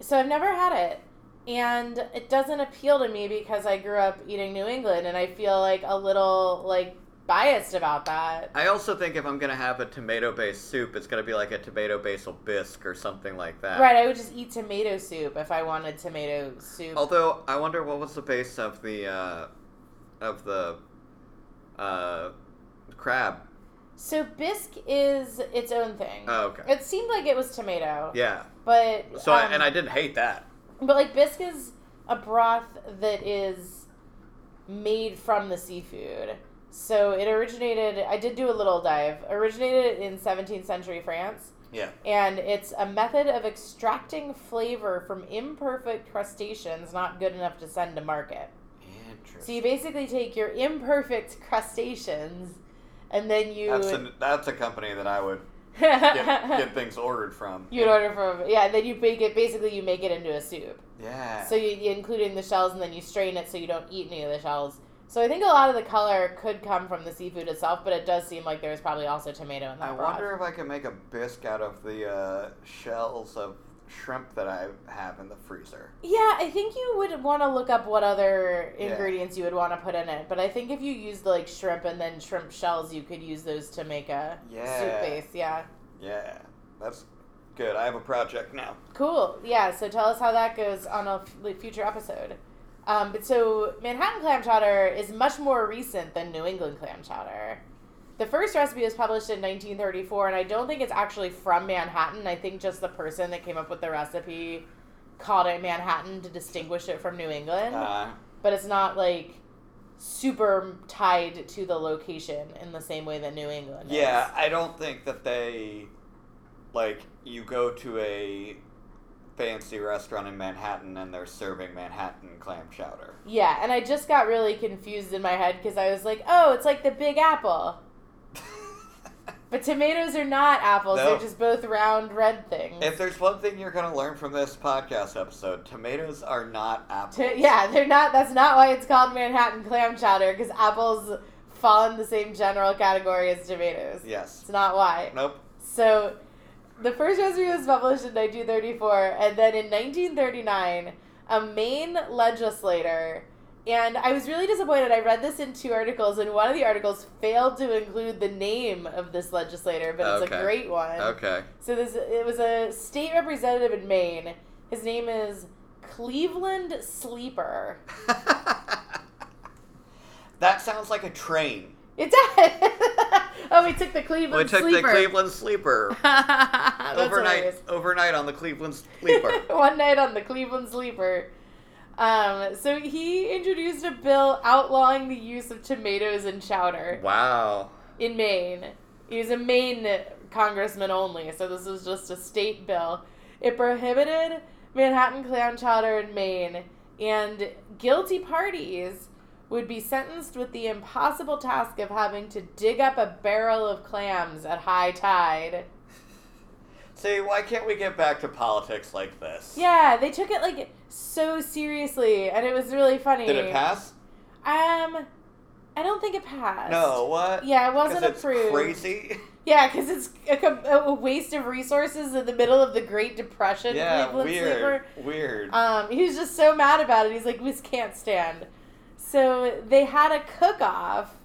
Speaker 2: So I've never had it. And it doesn't appeal to me because I grew up eating New England and I feel like a little like biased about that.
Speaker 1: I also think if I'm gonna have a tomato-based soup, it's gonna be like a tomato basil bisque or something like that.
Speaker 2: Right, I would just eat tomato soup if I wanted tomato soup.
Speaker 1: Although I wonder what was the base of the uh, of the uh, crab.
Speaker 2: So bisque is its own thing.
Speaker 1: Oh, okay.
Speaker 2: It seemed like it was tomato.
Speaker 1: Yeah.
Speaker 2: But
Speaker 1: So I,
Speaker 2: um,
Speaker 1: and I didn't hate that.
Speaker 2: But like bisque is a broth that is made from the seafood. So it originated. I did do a little dive. Originated in 17th century France,
Speaker 1: Yeah.
Speaker 2: and it's a method of extracting flavor from imperfect crustaceans not good enough to send to market. So
Speaker 1: Interesting.
Speaker 2: you basically take your imperfect crustaceans, and then you
Speaker 1: That's a, that's a company that I would get, get things ordered from.
Speaker 2: you'd order from yeah. Then you make it. Basically, you make it into a soup.
Speaker 1: Yeah.
Speaker 2: So you, you including the shells and then you strain it so you don't eat any of the shells. So I think a lot of the color could come from the seafood itself, but it does seem like there's probably also tomato in that
Speaker 1: I
Speaker 2: broth.
Speaker 1: wonder if I could make a bisque out of the uh, shells of shrimp that I have in the freezer.
Speaker 2: Yeah, I think you would want to look up what other
Speaker 1: Yeah.
Speaker 2: ingredients you would want to put in it. But I think if you used like shrimp and then shrimp shells, you could use those to make a
Speaker 1: Yeah.
Speaker 2: soup base. Yeah.
Speaker 1: Yeah, that's good. I have a project now.
Speaker 2: Cool. Yeah. So tell us how that goes on a f- future episode. Um, but so Manhattan clam chowder is much more recent than New England clam chowder. The first recipe was published in 1934, and I don't think it's actually from Manhattan. I think just the person that came up with the recipe called it Manhattan to distinguish it from New England.
Speaker 1: Uh,
Speaker 2: but it's not like super tied to the location in the same way that New England is.
Speaker 1: yeah, I don't think that they like you go to a fancy restaurant in Manhattan and they're serving Manhattan clam chowder.
Speaker 2: Yeah, and I just got really confused in my head because I was like, oh, it's like the Big Apple. But tomatoes are not apples,
Speaker 1: No.
Speaker 2: they're just both round red things.
Speaker 1: if there's one thing you're gonna learn from this podcast episode, tomatoes are not apples.
Speaker 2: To- yeah, they're not. That's not why it's called Manhattan clam chowder because apples fall in the same general category as tomatoes.
Speaker 1: Yes.
Speaker 2: It's not why.
Speaker 1: Nope.
Speaker 2: So, the first recipe was published in 1934, and then in 1939, a Maine legislator, and I was really disappointed. I read this in two articles, and one of the articles failed to include the name of this legislator, but it's
Speaker 1: Okay.
Speaker 2: a great one.
Speaker 1: Okay.
Speaker 2: So this it was a state representative in Maine. His name is Cleveland Sleeper.
Speaker 1: that sounds like a train.
Speaker 2: It does. oh, we took the Cleveland
Speaker 1: we took
Speaker 2: Sleeper.
Speaker 1: the Cleveland sleeper
Speaker 2: That's
Speaker 1: overnight.
Speaker 2: hilarious.
Speaker 1: Overnight on the Cleveland sleeper.
Speaker 2: One night on the Cleveland Sleeper. Um, so he introduced a bill outlawing the use of tomatoes and chowder
Speaker 1: wow.
Speaker 2: in Maine. He was a Maine congressman only, so this was just a state bill. It prohibited Manhattan clam chowder in Maine, and guilty parties would be sentenced with the impossible task of having to dig up a barrel of clams at high tide.
Speaker 1: See, why can't we get back to politics like this?
Speaker 2: Yeah, they took it like so seriously, and it was really funny.
Speaker 1: Did it pass?
Speaker 2: Um, I don't think it passed.
Speaker 1: No. What?
Speaker 2: Yeah, it
Speaker 1: 'Cause
Speaker 2: wasn't
Speaker 1: it's
Speaker 2: approved.
Speaker 1: Crazy.
Speaker 2: Yeah, because it's a, com- a waste of resources in the middle of the Great Depression.
Speaker 1: yeah.
Speaker 2: Cleveland
Speaker 1: Weird.
Speaker 2: Sleeper.
Speaker 1: Weird.
Speaker 2: Um, he was just so mad about it. He's like, "This can't stand." So they had a cook-off.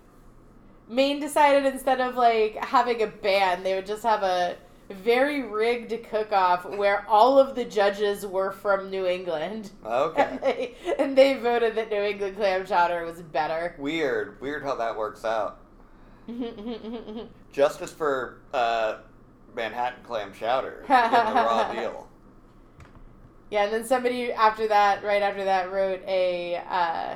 Speaker 2: Maine decided instead of like having a band, they would just have a very rigged cook-off where all of the judges were from New England.
Speaker 1: okay.
Speaker 2: And they, and they voted that New England clam chowder was better.
Speaker 1: Weird. Weird how that works out. Justice for uh, Manhattan clam chowder. Getting the raw deal.
Speaker 2: Yeah, and then somebody after that, right after that, wrote a. Uh,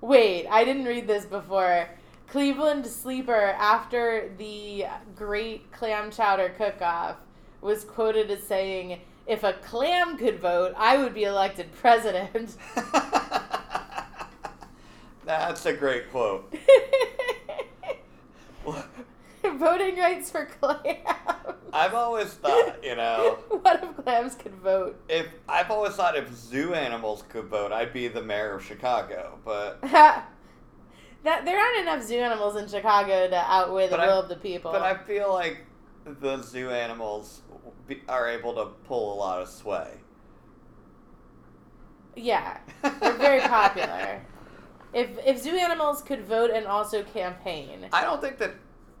Speaker 2: wait, I didn't read this before. Cleveland Sleeper, after the great clam chowder cook off, was quoted as saying, If a clam could vote, I would be elected president.
Speaker 1: That's a great quote.
Speaker 2: Voting rights for clams.
Speaker 1: I've always thought, you know,
Speaker 2: what if clams could vote?
Speaker 1: if I've always thought if zoo animals could vote, I'd be the mayor of Chicago. But
Speaker 2: that there aren't enough zoo animals in Chicago to outweigh the
Speaker 1: But I-
Speaker 2: will of the people.
Speaker 1: but I feel like the zoo animals be, are able to pull a lot of sway.
Speaker 2: yeah, they're very popular. If if zoo animals could vote and also campaign,
Speaker 1: I don't think that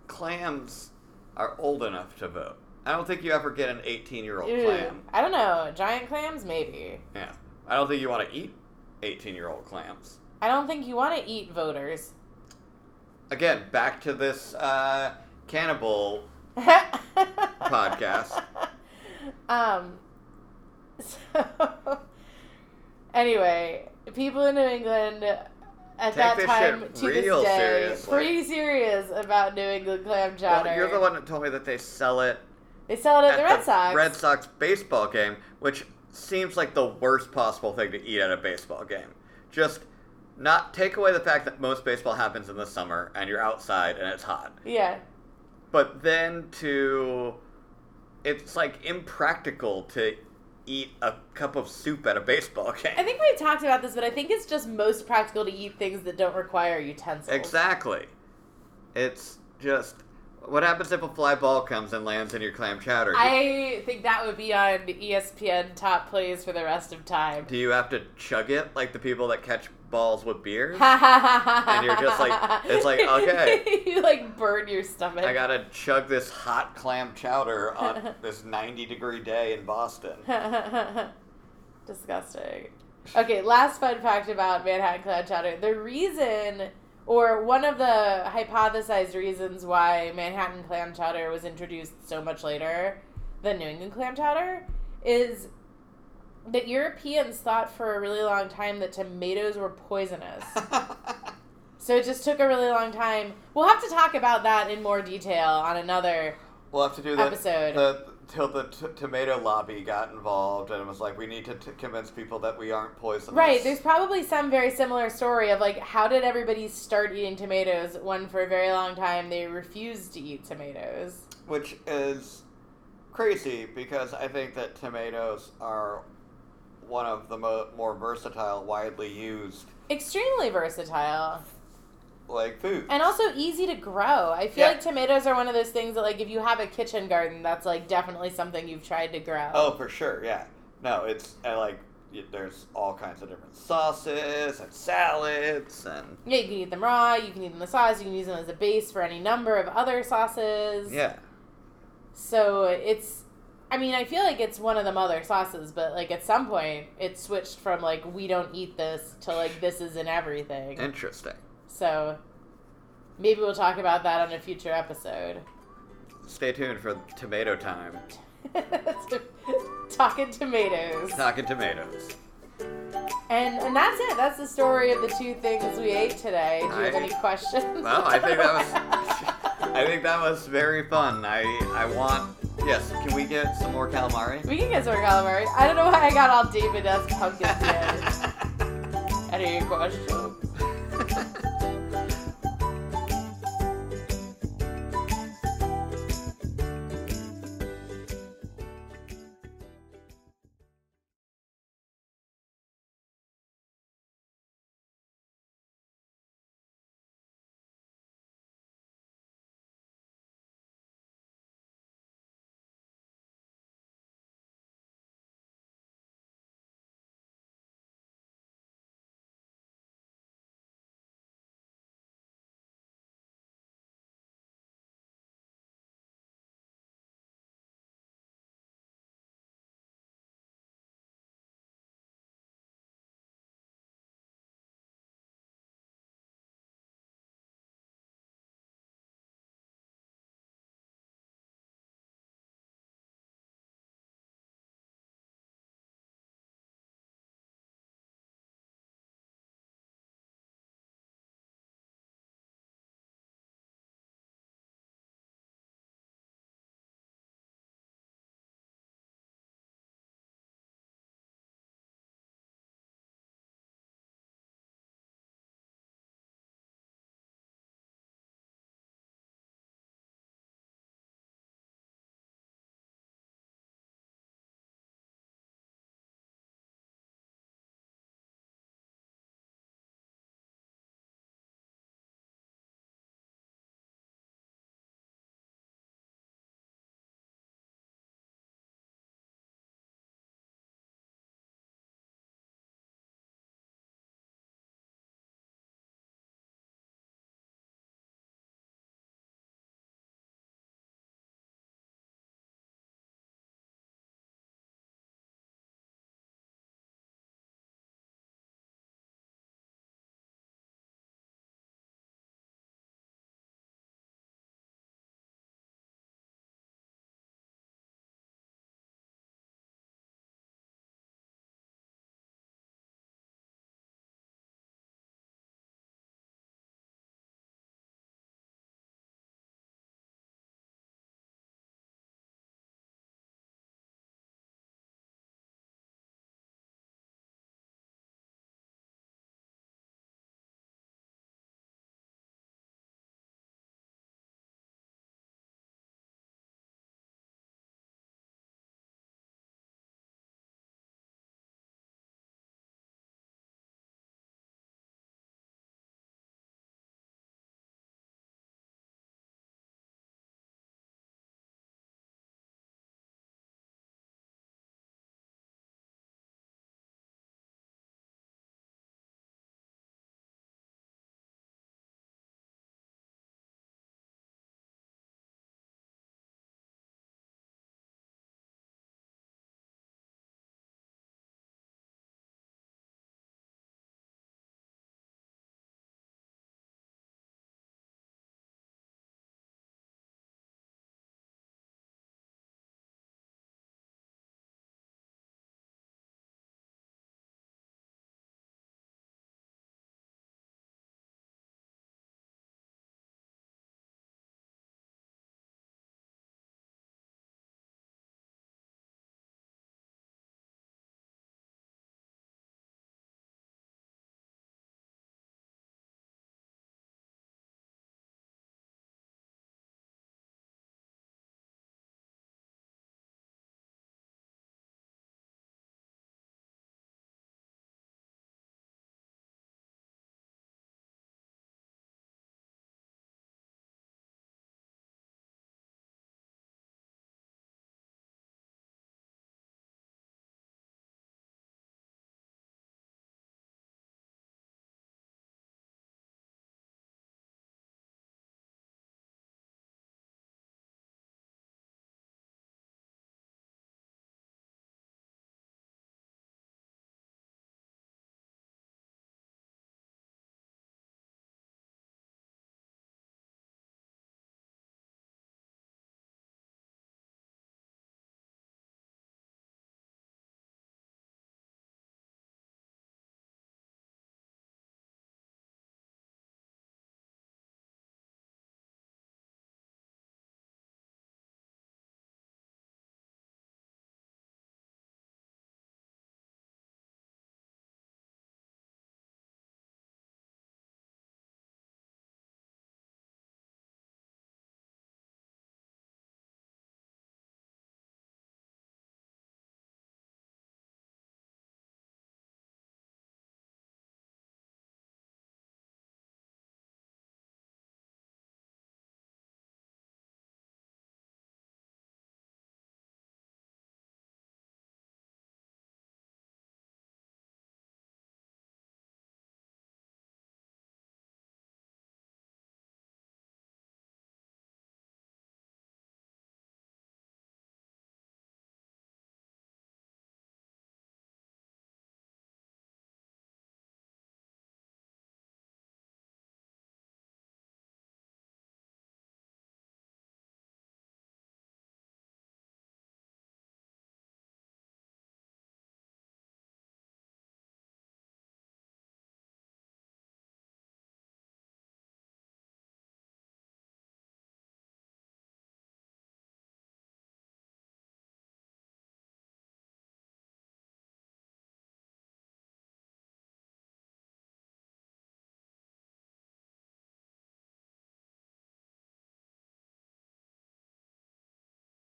Speaker 1: clams are old enough to vote. I don't think you ever get an 18 year old
Speaker 2: Ooh,
Speaker 1: clam.
Speaker 2: I don't know, giant clams maybe.
Speaker 1: Yeah. I don't think you want to eat 18 year old clams.
Speaker 2: I don't think you want to eat voters.
Speaker 1: Again, back to this uh, cannibal.
Speaker 2: podcast. Um. So, anyway, people in New England at
Speaker 1: Take
Speaker 2: that
Speaker 1: this
Speaker 2: time
Speaker 1: shit
Speaker 2: to this
Speaker 1: real
Speaker 2: day
Speaker 1: seriously.
Speaker 2: pretty serious about New England clam
Speaker 1: Well,
Speaker 2: chowder.
Speaker 1: you're the one that told me that they sell it
Speaker 2: They sell it at, the Red
Speaker 1: the
Speaker 2: Sox.
Speaker 1: Red Sox baseball game, which seems like the worst possible thing to eat at a baseball game. Just not take away the fact that most baseball happens in the summer and you're outside and it's hot.
Speaker 2: yeah.
Speaker 1: But then to it's like impractical to eat a cup of soup at a baseball game.
Speaker 2: I think we've talked about this, but I think it's just most practical to eat things that don't require utensils.
Speaker 1: Exactly. It's just What happens if a fly ball comes and lands in your clam chowder?
Speaker 2: I think that would be on E ESPN top plays for the rest of time.
Speaker 1: Do you have to chug it like the people that catch balls with beer?
Speaker 2: and
Speaker 1: you're just like- it's like, okay.
Speaker 2: you like burn your stomach.
Speaker 1: I gotta chug this hot clam chowder on this 90 degree day in Boston.
Speaker 2: Disgusting. Okay, last fun fact about Manhattan clam chowder. The reason, or one of the hypothesized reasons why Manhattan clam chowder was introduced so much later than New England clam chowder, is that Europeans thought for a really long time that tomatoes were poisonous. so it just took a really long time. We'll have to talk about that in more detail on another
Speaker 1: we'll have to do the,
Speaker 2: Episode.
Speaker 1: the till the t- tomato lobby got involved and was like, we need to t- convince people that we aren't poisonous.
Speaker 2: Right, there's probably some very similar story of like how did everybody start eating tomatoes when for a very long time they refused to eat tomatoes.
Speaker 1: which is crazy because I think that tomatoes are one of the mo- more versatile, widely used
Speaker 2: Extremely versatile
Speaker 1: like food.
Speaker 2: and also easy to grow. I feel
Speaker 1: Yeah.
Speaker 2: like tomatoes are one of those things that like if you have a kitchen garden that's like definitely something you've tried to grow.
Speaker 1: oh, for sure, yeah. No, it's and like y- there's all kinds of different sauces and salads and
Speaker 2: Yeah, you can eat them raw, you can eat them as sauce, you can use them as a base for any number of other sauces.
Speaker 1: yeah.
Speaker 2: So it's, I mean, I feel like it's one of them other sauces, but like at some point it switched from like we don't eat this to like this is in everything.
Speaker 1: Interesting.
Speaker 2: so maybe we'll talk about that on a future episode.
Speaker 1: Stay tuned for tomato time.
Speaker 2: Talking tomatoes.
Speaker 1: Talking tomatoes.
Speaker 2: And and that's it. That's the story of the two things we ate today. Do you have
Speaker 1: I-
Speaker 2: any questions?
Speaker 1: Well, I think that was I think that was very fun. I I want yes, can we get some more calamari?
Speaker 2: We can get some more calamari. I don't know why I got all David S. Pumpkin today. Any questions?